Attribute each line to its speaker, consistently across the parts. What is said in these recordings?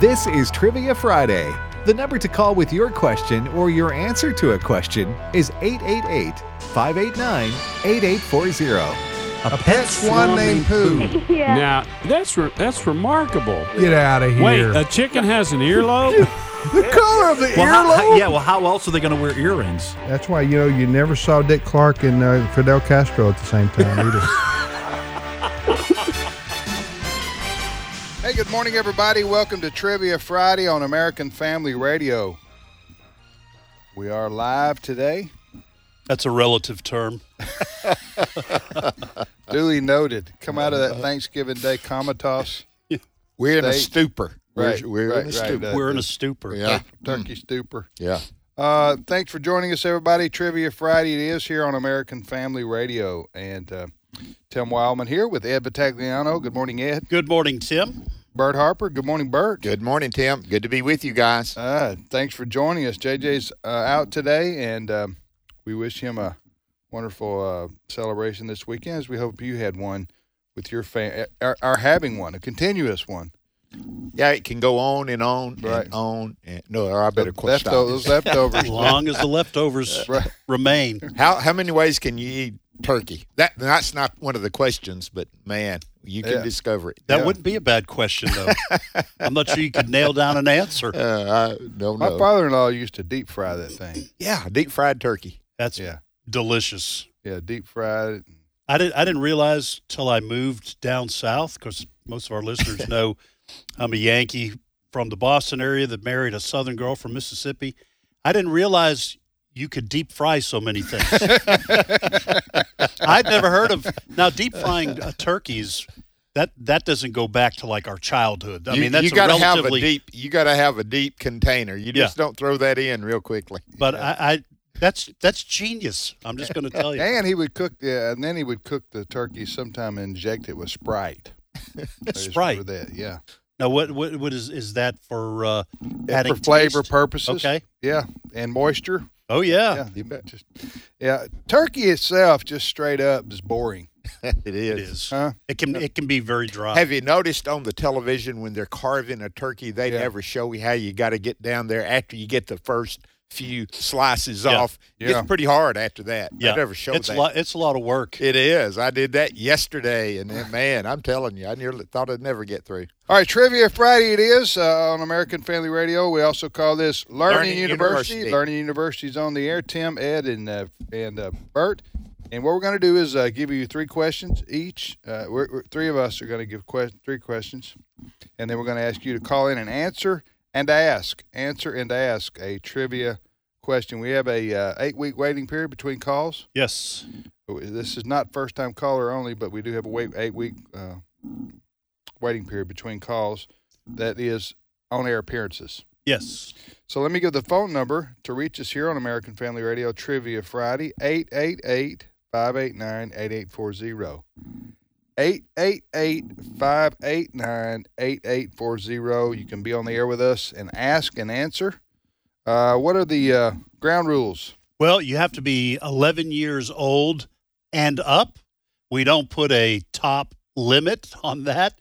Speaker 1: This is Trivia Friday. The number to call with your question or your answer to a question is 888 589 8840.
Speaker 2: A pet swan named Pooh.
Speaker 3: Yeah.
Speaker 4: Now that's re- that's remarkable.
Speaker 2: Get out of here.
Speaker 4: Wait,
Speaker 5: uh,
Speaker 4: a chicken has an earlobe?
Speaker 2: the color of the
Speaker 6: Well, how-
Speaker 2: earlobe.
Speaker 6: how- yeah, well, how else are they going to wear earrings?
Speaker 7: That's why you know you never saw Dick Clark and uh, Fidel Castro at the same time either.
Speaker 2: Hey, good morning, everybody. Welcome to Trivia Friday on American Family Radio. We are live today.
Speaker 5: That's a relative term.
Speaker 2: Duly noted. Come out of
Speaker 5: Uh-huh.
Speaker 2: that Thanksgiving Day comatose.
Speaker 8: We're in a
Speaker 2: They-
Speaker 8: stupor. We're,
Speaker 2: Right,
Speaker 8: we're
Speaker 2: right,
Speaker 8: in a
Speaker 2: right.
Speaker 8: stupor.
Speaker 2: That-
Speaker 5: We're in a stupor.
Speaker 8: Yeah. Mm.
Speaker 2: Turkey stupor.
Speaker 8: Yeah.
Speaker 2: Uh, thanks for joining us, everybody. Trivia Friday it is here on American Family Radio. And uh, Tim Wildman here with Ed Battagliano. Good morning, Ed.
Speaker 5: Good morning, Tim.
Speaker 2: Bert Harper. Good morning, Bert.
Speaker 8: Good morning, Tim. Good to be with you guys.
Speaker 2: Uh, thanks for joining us. JJ's uh, out today, and um, we wish him a wonderful uh, celebration this weekend. As we hope you had one with your family, are, are having one, a continuous one.
Speaker 8: Yeah, it can go on and on
Speaker 2: Right.
Speaker 8: and on. And, no, I better
Speaker 2: The
Speaker 8: quit.
Speaker 2: lefto- those leftovers.
Speaker 5: As long as the leftovers
Speaker 2: Right.
Speaker 5: remain.
Speaker 8: How how many ways can you eat turkey? That that's not one of the questions, but man, you can
Speaker 2: Yeah.
Speaker 8: discover it.
Speaker 5: That
Speaker 2: Yeah.
Speaker 5: wouldn't be a bad question, though. I'm not sure you could nail down an answer.
Speaker 8: Uh, I don't
Speaker 2: My
Speaker 8: know.
Speaker 2: father-in-law used to deep fry that thing.
Speaker 8: yeah, deep fried turkey.
Speaker 5: That's
Speaker 2: Yeah,
Speaker 5: delicious.
Speaker 2: yeah, deep fried. it.
Speaker 5: I didn't. I didn't realize till I moved down south because most of our listeners know I'm a Yankee from the Boston area that married a Southern girl from Mississippi. I didn't realize you could deep fry so many things. I'd never heard of now deep frying uh, turkeys. That that doesn't go back to like our childhood. I
Speaker 8: you,
Speaker 5: mean, that's
Speaker 8: you
Speaker 5: a
Speaker 8: gotta have a
Speaker 5: relatively.
Speaker 8: deep. You got to have a deep container. You just don't throw that in real quickly.
Speaker 5: but I, I that's that's genius. I'm just going to tell you.
Speaker 2: And he would cook the, and then he would cook the turkey. Sometime and inject it with Sprite. There's-
Speaker 5: Sprite.
Speaker 2: with that, yeah,
Speaker 5: Now, what what what is is that for? Uh, adding
Speaker 2: for flavor
Speaker 5: taste?
Speaker 2: purposes.
Speaker 5: Okay.
Speaker 2: Yeah, and moisture.
Speaker 5: Oh yeah.
Speaker 2: yeah, you bet. Just, yeah, turkey itself, just straight up, is boring.
Speaker 8: It
Speaker 5: It
Speaker 8: is.
Speaker 5: is.
Speaker 2: Huh?
Speaker 5: It can it can be very dry.
Speaker 8: Have you noticed on the television when they're carving a turkey, they
Speaker 2: Yeah.
Speaker 8: never show you how you got to get down there after you get the first few slices
Speaker 5: Yeah.
Speaker 8: off.
Speaker 2: Yeah.
Speaker 8: It's pretty hard after that. They never show
Speaker 5: it's
Speaker 8: that.
Speaker 5: A lot, it's a lot of work.
Speaker 8: it is. I did that yesterday, and then, man, I'm telling you, I nearly thought I'd never get through.
Speaker 2: All right, Trivia Friday it is uh, on American Family Radio. We also call this Learning,
Speaker 8: Learning
Speaker 2: University.
Speaker 8: University.
Speaker 2: Learning University is on the air. Tim, Ed, and uh, and uh, Bert. And what we're going to do is uh, give you three questions each. Uh, we're, we're- three of us are going to give que- three questions, and then we're going to ask you to call in and answer and ask, answer and ask a trivia question. We have a uh, eight week waiting period between calls. Oh,
Speaker 5: Yes.
Speaker 2: This is not first time caller only, but we do have a wait eight week uh, waiting period between calls. That is on air appearances.
Speaker 5: Yes.
Speaker 2: So let me give the phone number to reach us here on American Family Radio Trivia Friday 888 589 8840. 888 589 8840. You can be on the air with us and ask and answer. Uh, what are the uh, ground rules?
Speaker 5: Well, you have to be 11 years old and up. We don't put a top limit on that.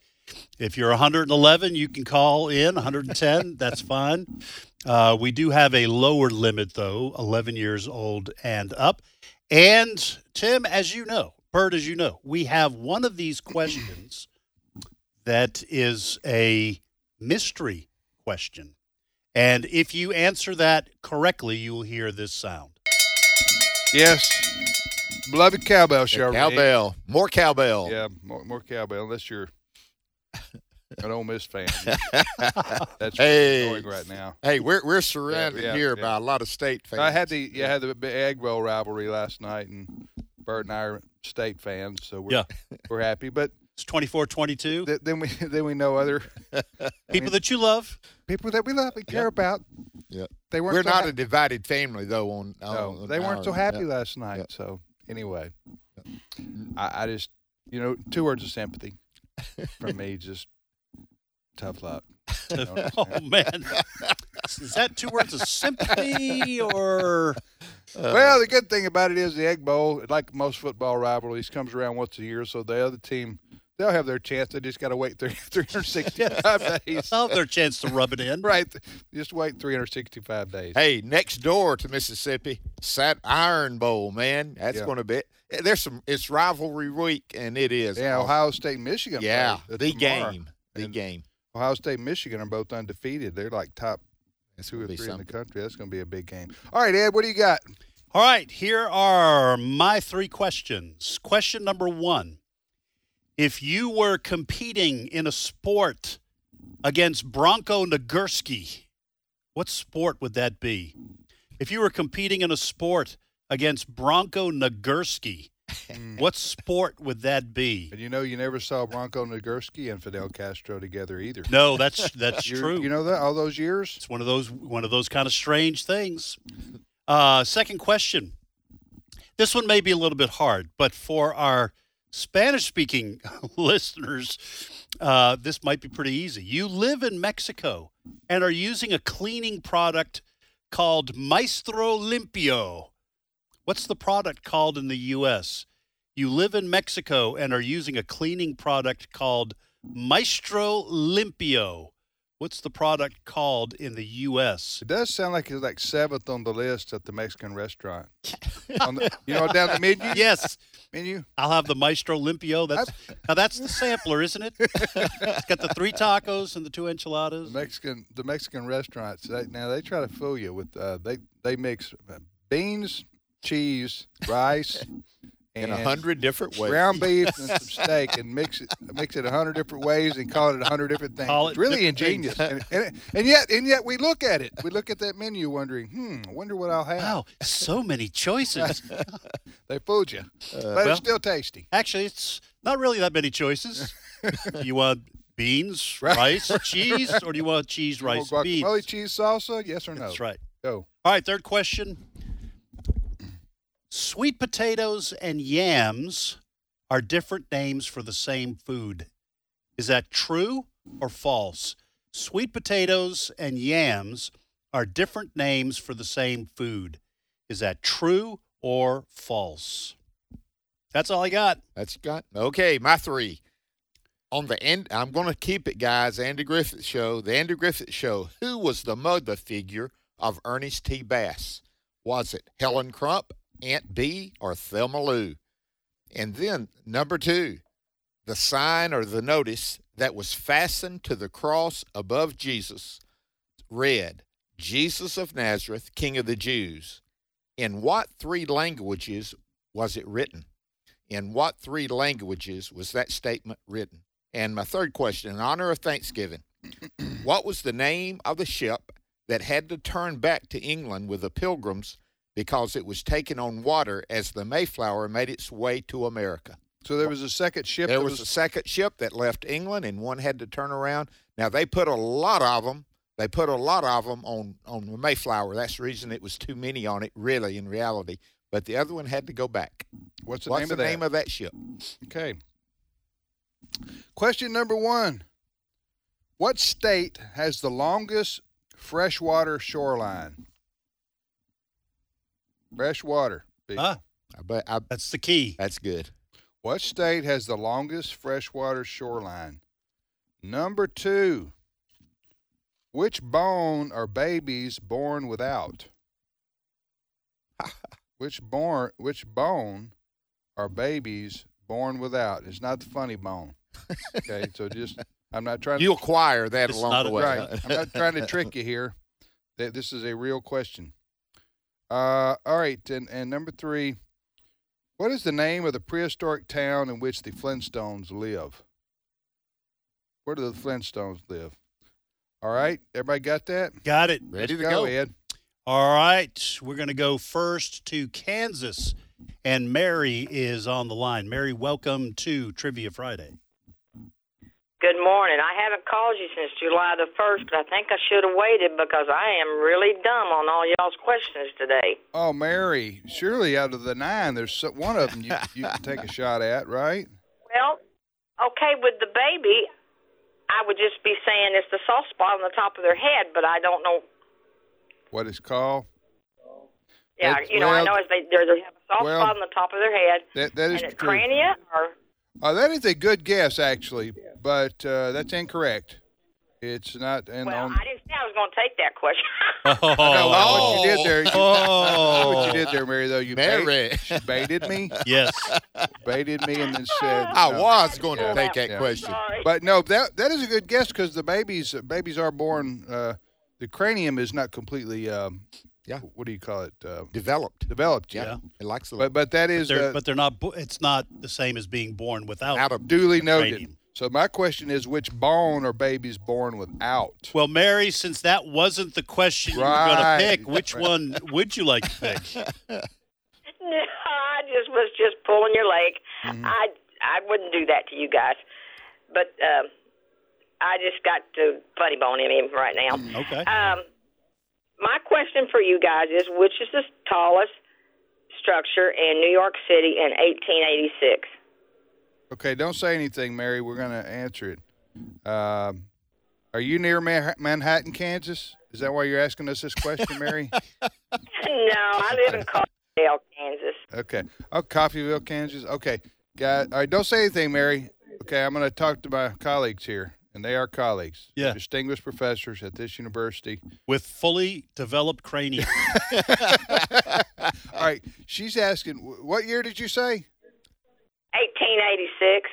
Speaker 5: If you're 111, you can call in. 110, that's fine. Uh, we do have a lower limit, though, 11 years old and up. And Tim, as you know, Bert, as you know, we have one of these questions that is a mystery question. And if you answer that correctly, you will hear this sound.
Speaker 2: Yes. Beloved cowbell,
Speaker 8: The
Speaker 2: Cheryl.
Speaker 8: cowbell, more cowbell.
Speaker 2: Yeah, more, more cowbell, unless you're an Ole Miss fan. That's
Speaker 8: Hey.
Speaker 2: where it's going right now.
Speaker 8: Hey, we're we're surrounded
Speaker 2: yeah,
Speaker 8: here
Speaker 2: yeah.
Speaker 8: by a lot of state fans.
Speaker 2: I had the yeah, I had the big egg roll rivalry last night, and Bert and I are state fans, so we're we're happy. But
Speaker 5: It's 24 22.
Speaker 2: th- then we then we know other
Speaker 5: People that you love.
Speaker 2: people that we love and care about.
Speaker 8: Yep.
Speaker 2: they weren't.
Speaker 8: We're
Speaker 2: so
Speaker 8: not
Speaker 2: ha-
Speaker 8: a divided family though. On,
Speaker 2: no,
Speaker 8: on
Speaker 2: they weren't
Speaker 8: our-
Speaker 2: so happy
Speaker 8: Oh, yeah.
Speaker 2: last night.
Speaker 8: yeah.
Speaker 2: So anyway, I, I just you know two words of sympathy from me, just tough luck. You know what I'm
Speaker 5: Oh,
Speaker 2: saying?
Speaker 5: man. Is that two words of sympathy or.
Speaker 8: Uh,
Speaker 2: Well, the good thing about it is the Egg Bowl, like most football rivalries, comes around once a year. So the other team they'll have their chance. They just got to wait three three hundred sixty five days.
Speaker 5: I'll have their chance to rub it in.
Speaker 2: Right, just wait three hundred sixty five days.
Speaker 8: Hey, next door to Mississippi, Sat Iron Bowl, man. That's
Speaker 2: Yeah.
Speaker 8: going to be. There's some. It's rivalry week, and it is.
Speaker 2: yeah, Ohio State, Michigan. play
Speaker 8: Yeah,
Speaker 2: th-
Speaker 8: the
Speaker 2: tomorrow.
Speaker 8: game. The
Speaker 2: And
Speaker 8: game.
Speaker 2: Ohio State, Michigan are both undefeated. They're like top
Speaker 8: That's
Speaker 2: two or
Speaker 8: gonna be
Speaker 2: three in the
Speaker 8: something.
Speaker 2: country. That's going to be a big game. All right, Ed, what do you got?
Speaker 5: All right, here are my three questions. Question number one If you were competing in a sport against Bronco Nagurski, what sport would that be? If you were competing in a sport against Bronco Nagurski, what sport would that be?
Speaker 2: And you know, you never saw Bronco Nagurski and Fidel Castro together either.
Speaker 5: No, that's that's
Speaker 2: You-
Speaker 5: true.
Speaker 2: You know that all those years. Mm-hmm.
Speaker 5: It's one of those one of those kind of strange things. Uh, second question. This one may be a little bit hard, but for our Spanish speaking listeners, uh, this might be pretty easy. You live in Mexico and are using a cleaning product called Maestro Limpio. What's the product called in the U.S.? You live in Mexico and are using a cleaning product called Maestro Limpio. What's the product called in the U.S.?
Speaker 2: It does sound like it's like seventh on the list at the Mexican restaurant. on the, you know, down the menu.
Speaker 5: Yes,
Speaker 2: Menu.
Speaker 5: I'll have the Maestro Limpio. That's now that's the sampler, isn't it? It's got the three tacos and the two
Speaker 2: The
Speaker 5: enchiladas.
Speaker 2: Mexican, the Mexican restaurants. They, now they try to fool you with uh, they they mix uh, beans, cheese, rice,
Speaker 8: In
Speaker 2: and
Speaker 8: a hundred different ways.
Speaker 2: ground beef and some steak and mix it mix it a hundred different ways and call it a hundred different things.
Speaker 5: Call
Speaker 2: it's
Speaker 5: it
Speaker 2: really
Speaker 5: different things.
Speaker 2: ingenious, and, and, and yet and yet we look at it. We look at that menu, wondering, hmm, I wonder what I'll have.
Speaker 5: Wow, so many choices.
Speaker 2: They fooled you, but
Speaker 5: Uh, well-
Speaker 2: it's still tasty.
Speaker 5: Actually, it's not really that many choices. You want beans,
Speaker 2: Right.
Speaker 5: rice, cheese, or do you want cheese,
Speaker 2: You want
Speaker 5: rice, beans?
Speaker 2: guacamole, cheese salsa, yes or no?
Speaker 5: That's right.
Speaker 2: Go.
Speaker 5: All right, third question. Sweet potatoes and yams are different names for the same food. Is that true or false? Sweet potatoes and yams are different names for the same food. Is that true or false? That's all I got.
Speaker 8: That's got okay. My three on the end. I'm going to keep it, guys. Andy Griffith Show. The Andy Griffith Show. Who was the mother figure of Ernest T. Bass? Was it Helen Crump, Aunt B, or Thelma Lou? And then number two, the sign or the notice that was fastened to the cross above Jesus read, "Jesus of Nazareth, King of the Jews." In what three languages was it written? In what three languages was that statement written? And my third question, in honor of Thanksgiving, what was the name of the ship that had to turn back to England with the pilgrims because it was taken on water as the Mayflower made its way to America?
Speaker 2: So there was a second ship.
Speaker 8: there
Speaker 2: that
Speaker 8: was a second ship that left England and one had to turn around. Now, they put a lot of them. They put a lot of them on, on the Mayflower. That's the reason it was too many on it, really, in reality. But the other one had to go back.
Speaker 2: what's the
Speaker 8: What's
Speaker 2: name
Speaker 8: the
Speaker 2: of that?
Speaker 8: name of that ship?
Speaker 2: Okay. Question number one What state has the longest freshwater shoreline? Freshwater. Pete.
Speaker 5: Ah,
Speaker 8: I bet I,
Speaker 5: that's the key.
Speaker 8: that's good.
Speaker 2: What state has the longest freshwater shoreline? Number two. Which bone are babies born without? which born which bone are babies born without? It's not the funny bone. Okay, so just I'm not trying to
Speaker 8: You acquire that
Speaker 5: It's
Speaker 8: along
Speaker 5: not
Speaker 8: the
Speaker 5: a
Speaker 8: way.
Speaker 2: Right. I'm not trying to trick you here. Th- This is a real question. Uh, all right. And, and number three, what is the name of the prehistoric town in which the Flintstones live? Where do the Flintstones live? All right. Everybody got that?
Speaker 5: Got it.
Speaker 8: Ready to
Speaker 2: Let's
Speaker 8: go.
Speaker 2: Ed.
Speaker 5: All right, we're going to go first to Kansas, and Mary is on the line. Mary, welcome to Trivia Friday.
Speaker 3: Good morning. I haven't called you since July the 1st, but I think I should have waited because I am really dumb on all y'all's questions today.
Speaker 2: Oh, Mary. Surely out of the nine, there's so- one of them you, you can take a shot at, right?
Speaker 3: Well, okay, with the baby, I would just be saying it's the soft spot on the top of their head, but I don't know.
Speaker 2: What it's called?
Speaker 3: Yeah,
Speaker 2: That's-
Speaker 3: you know, I
Speaker 2: well-
Speaker 3: know it's they, they're- they have a soft
Speaker 2: well,
Speaker 3: spot on the top of their head.
Speaker 2: That, that is
Speaker 3: and it's
Speaker 2: true.
Speaker 3: crania or
Speaker 2: Uh, that is a good guess, actually, but uh, that's incorrect. It's not. And
Speaker 3: Well,
Speaker 2: on,
Speaker 3: I didn't say I was going to take that question.
Speaker 2: No,
Speaker 6: Oh,
Speaker 2: what you did there, you,
Speaker 6: Oh.
Speaker 2: what you did there, Mary, though, you bait-
Speaker 8: Mary.
Speaker 2: she baited me,
Speaker 6: yes.
Speaker 2: baited me, and then said,
Speaker 8: I
Speaker 2: no.
Speaker 8: was going to
Speaker 3: Yeah.
Speaker 8: take that
Speaker 2: Yeah.
Speaker 8: question.
Speaker 3: Sorry.
Speaker 2: But no, that that is a good guess because the babies uh, babies are born. Uh, the cranium is not completely. Um,
Speaker 8: Yeah.
Speaker 2: What do you call it? Uh,
Speaker 8: Developed.
Speaker 2: developed.
Speaker 8: Yeah.
Speaker 2: yet.
Speaker 5: Yeah.
Speaker 8: It likes the
Speaker 2: But but that is
Speaker 5: They're,
Speaker 2: uh,
Speaker 5: but they're not. bo- It's not the same as being born without.
Speaker 8: out of
Speaker 2: duly noted.
Speaker 5: cranium.
Speaker 2: So my question is, which bone are babies born without?
Speaker 5: Well, Mary, since that wasn't the question you were
Speaker 2: Right.
Speaker 5: going to pick, which one would you like to pick?
Speaker 3: No, I just was just pulling your leg. I I wouldn't do that to you guys, but um, I just got to funny bone in him right now.
Speaker 5: Okay.
Speaker 3: Um, my question for you guys is, which is the tallest structure in New York City in 1886?
Speaker 2: Okay, don't say anything, Mary. We're gonna answer it. Um, are you near Ma- Manhattan, Kansas? Is that why you're asking us this question, Mary?
Speaker 3: no, I live in Caldwell, Kansas.
Speaker 2: Okay. Oh, Coffeeville, Kansas. Okay. Got, all right. Don't say anything, Mary. Okay. I'm going to talk to my colleagues here, and they are colleagues.
Speaker 5: Yeah.
Speaker 2: Distinguished professors at this university.
Speaker 5: With fully developed cranium.
Speaker 2: All right. She's asking, wh- what year did you say?
Speaker 3: 1886.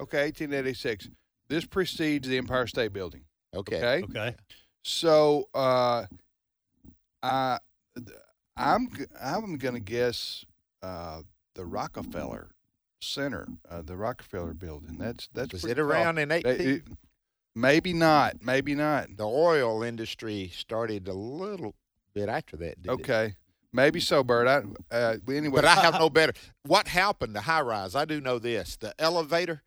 Speaker 2: Okay, 1886. This precedes the Empire State Building.
Speaker 8: okay.
Speaker 2: Okay.
Speaker 5: Okay.
Speaker 2: So, uh, I, I'm g- I'm gonna guess uh, the Rockefeller Center, uh, the Rockefeller Building. That's that's
Speaker 8: Was
Speaker 2: pretty
Speaker 8: it around in
Speaker 2: tall. They-
Speaker 8: 18?
Speaker 2: it- Maybe not. Maybe not.
Speaker 8: The oil industry started a little bit after that. Did It?
Speaker 2: Okay. Maybe so, Bert. I uh, well, anyway.
Speaker 8: But I have no better. What happened to high rise? I do know this. The elevator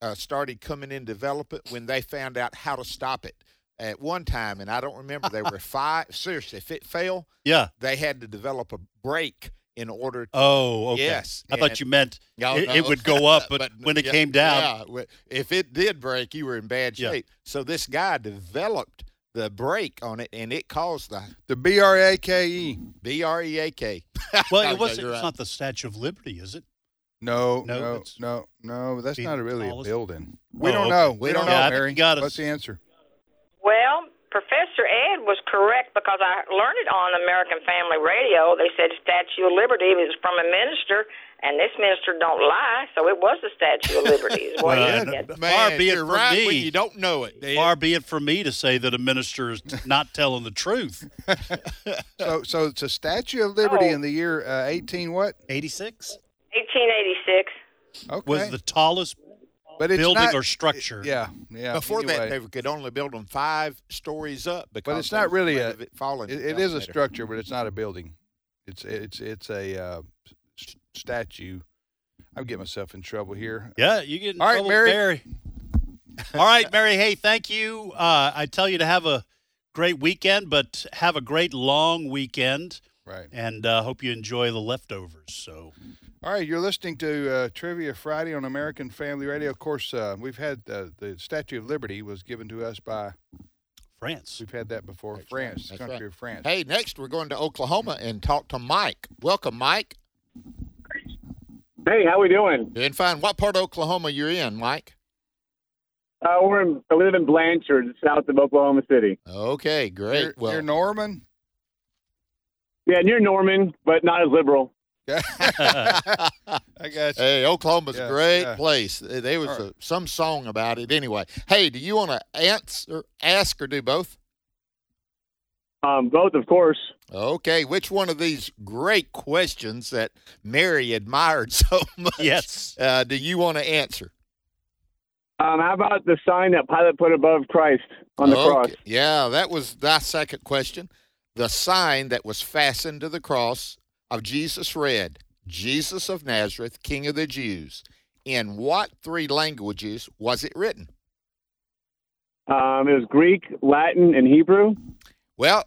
Speaker 8: uh, started coming in development when they found out how to stop it at one time. And I don't remember. There were five. Seriously, if it fell,
Speaker 5: Yeah.
Speaker 8: they had to develop a brake in order to.
Speaker 5: Oh, okay.
Speaker 8: Yes,
Speaker 5: I thought
Speaker 8: and-
Speaker 5: you meant
Speaker 8: No,
Speaker 5: it,
Speaker 8: no.
Speaker 5: it would go up, but, when it
Speaker 8: yeah,
Speaker 5: came down,
Speaker 8: yeah, w- if it did break, you were in bad
Speaker 5: Yeah.
Speaker 8: shape. So this guy developed the brake on it, and it caused the
Speaker 2: the B R A K E.
Speaker 8: B R E A K.
Speaker 5: well,
Speaker 8: Okay,
Speaker 5: it wasn't.
Speaker 8: you're
Speaker 5: It's
Speaker 8: right.
Speaker 5: not the Statue of Liberty, is it?
Speaker 2: No,
Speaker 5: No,
Speaker 2: no,
Speaker 5: it's-
Speaker 2: no, no. That's
Speaker 5: Be
Speaker 2: not really
Speaker 5: tallest-
Speaker 2: a building. We
Speaker 5: Oh,
Speaker 2: don't
Speaker 5: okay.
Speaker 2: know. We
Speaker 8: Yeah,
Speaker 5: I
Speaker 2: don't know,
Speaker 5: think
Speaker 2: Mary.
Speaker 5: you got us.
Speaker 2: What's the answer?
Speaker 3: Well, Professor Ed was correct because I learned it on American Family Radio. They said Statue of Liberty was from a minister, and this minister don't lie, so it was the Statue of Liberty. Is what
Speaker 5: Well,
Speaker 3: he said.
Speaker 5: no,
Speaker 8: Man,
Speaker 5: Uh, far be it
Speaker 8: you're
Speaker 5: from
Speaker 8: right
Speaker 5: me.
Speaker 8: when you don't know it. Dan.
Speaker 5: Far be it from me to say that a minister is not telling the truth.
Speaker 2: So, so it's a Statue of Liberty
Speaker 3: Oh.
Speaker 2: in the year uh, eighteen what?
Speaker 5: 86
Speaker 3: 1886.
Speaker 2: Okay,
Speaker 5: was the tallest
Speaker 2: but it's
Speaker 5: building
Speaker 2: not-
Speaker 5: or structure.
Speaker 2: Yeah, yeah.
Speaker 8: Before that,
Speaker 2: anyway.
Speaker 8: they could only build them five stories up because
Speaker 2: it's
Speaker 8: they
Speaker 2: not
Speaker 8: was
Speaker 2: really
Speaker 8: afraid
Speaker 2: a-
Speaker 8: of it falling.
Speaker 2: it, it is a
Speaker 8: elevator.
Speaker 2: structure, but it's not a building. It's it's it's a uh, s- statue. I'm getting myself in trouble here.
Speaker 5: Yeah, you get in
Speaker 2: All right,
Speaker 5: trouble,
Speaker 2: Mary.
Speaker 5: Mary. All right, Mary. Hey, thank you. Uh, I tell you to have a great weekend, but have a great long weekend,
Speaker 2: Right.
Speaker 5: and uh, hope you enjoy the leftovers. So,
Speaker 2: All right, you're listening to uh, Trivia Friday on American Family Radio. Of course, uh, we've had uh, the Statue of Liberty was given to us by
Speaker 5: France.
Speaker 2: we've had that before
Speaker 8: That's right,
Speaker 2: France, the
Speaker 8: that's
Speaker 2: country
Speaker 8: right.
Speaker 2: of France.
Speaker 8: Hey, next we're going to Oklahoma and talk to Mike. Welcome, Mike.
Speaker 9: Hey, how we doing?
Speaker 8: Doing fine. What part of Oklahoma you're in, Mike?
Speaker 9: Uh, we're in, I live in Blanchard, south of Oklahoma City.
Speaker 8: Okay, great.
Speaker 2: Near-
Speaker 8: well,
Speaker 2: near Norman.
Speaker 9: Yeah, near Norman, but not as liberal.
Speaker 2: I got you.
Speaker 8: hey, Oklahoma's
Speaker 2: Yeah,
Speaker 8: a great
Speaker 2: yeah.
Speaker 8: place. Uh, There was
Speaker 2: All
Speaker 8: a, some song about it anyway. Hey, do you want to answer, ask, or do both?
Speaker 9: Um, both, of course.
Speaker 8: Okay, which one of these great questions that Mary admired so much?
Speaker 5: Yes.
Speaker 8: Uh, do you want to answer?
Speaker 9: Um, how about the sign that Pilate put above Christ on the
Speaker 8: Okay.
Speaker 9: cross?
Speaker 8: Yeah, that was thy second question. The sign that was fastened to the cross of Jesus read, Jesus of Nazareth, King of the Jews. In what three languages was it written?
Speaker 9: Um, it was Greek, Latin, and Hebrew.
Speaker 8: Well,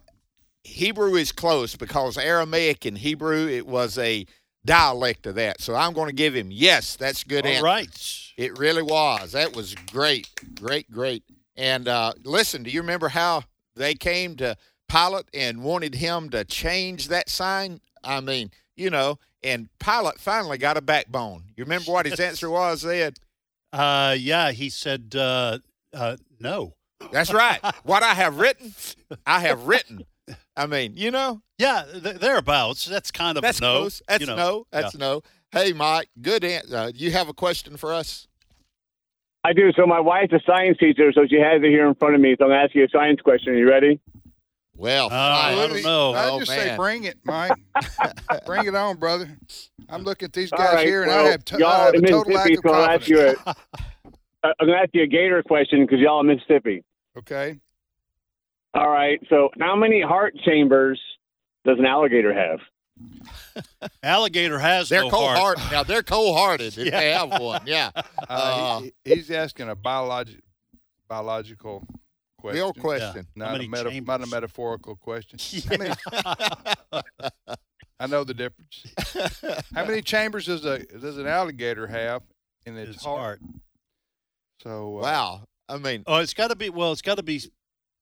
Speaker 8: Hebrew is close because Aramaic and Hebrew, it was a dialect of that. So I'm going to give him, yes, that's a good
Speaker 5: All
Speaker 8: answer.
Speaker 5: right.
Speaker 8: It really was. That was great, great, great. And uh, listen, do you remember how they came to Pilate and wanted him to change that sign? I mean, you know, and Pilate finally got a backbone. You remember what his answer was, Ed?
Speaker 5: Uh, yeah, he said uh, uh, no.
Speaker 8: That's right. what I have written, I have written. I mean, you know,
Speaker 5: Yeah, th- thereabouts. That's kind of
Speaker 8: that's
Speaker 5: a no.
Speaker 8: close. That's
Speaker 5: you know.
Speaker 8: no. That's
Speaker 5: Yeah.
Speaker 8: no. Hey, Mike, good answer. Uh, you have a question for us?
Speaker 9: I do. So my wife's a science teacher, so she has it here in front of me. So I'm gonna ask you a science question. Are you ready?
Speaker 8: Well,
Speaker 5: Oh, I
Speaker 8: fine.
Speaker 5: don't know.
Speaker 2: I
Speaker 8: Oh,
Speaker 2: just say
Speaker 8: man.
Speaker 2: bring it, Mike. bring it on, brother. I'm looking at these
Speaker 9: All
Speaker 2: guys
Speaker 9: right,
Speaker 2: here, and
Speaker 9: well,
Speaker 2: I have, to-
Speaker 9: y'all
Speaker 2: I have
Speaker 9: in
Speaker 2: a total lack
Speaker 9: Mississippi,
Speaker 2: of
Speaker 9: so I'll ask you
Speaker 2: confidence.
Speaker 9: a, I- I'm gonna ask you a gator question because y'all in Mississippi.
Speaker 2: Okay,
Speaker 9: All right. So how many heart chambers does an alligator have?
Speaker 5: Alligator has
Speaker 8: They're
Speaker 5: no
Speaker 8: cold
Speaker 5: heart.
Speaker 8: hearted. Now they're cold hearted if they have one. Yeah.
Speaker 2: uh, he- he's asking a biologic, biological question.
Speaker 8: Real question.
Speaker 5: How
Speaker 2: Not
Speaker 5: many
Speaker 2: a, meta- not a
Speaker 5: chambers?
Speaker 2: metaphorical question. How many- I know the difference. How many chambers does a does an alligator have in its,
Speaker 5: It's heart.
Speaker 2: heart? So uh,
Speaker 8: Wow. I mean,
Speaker 5: Oh, it's got to be. Well, it's got to be.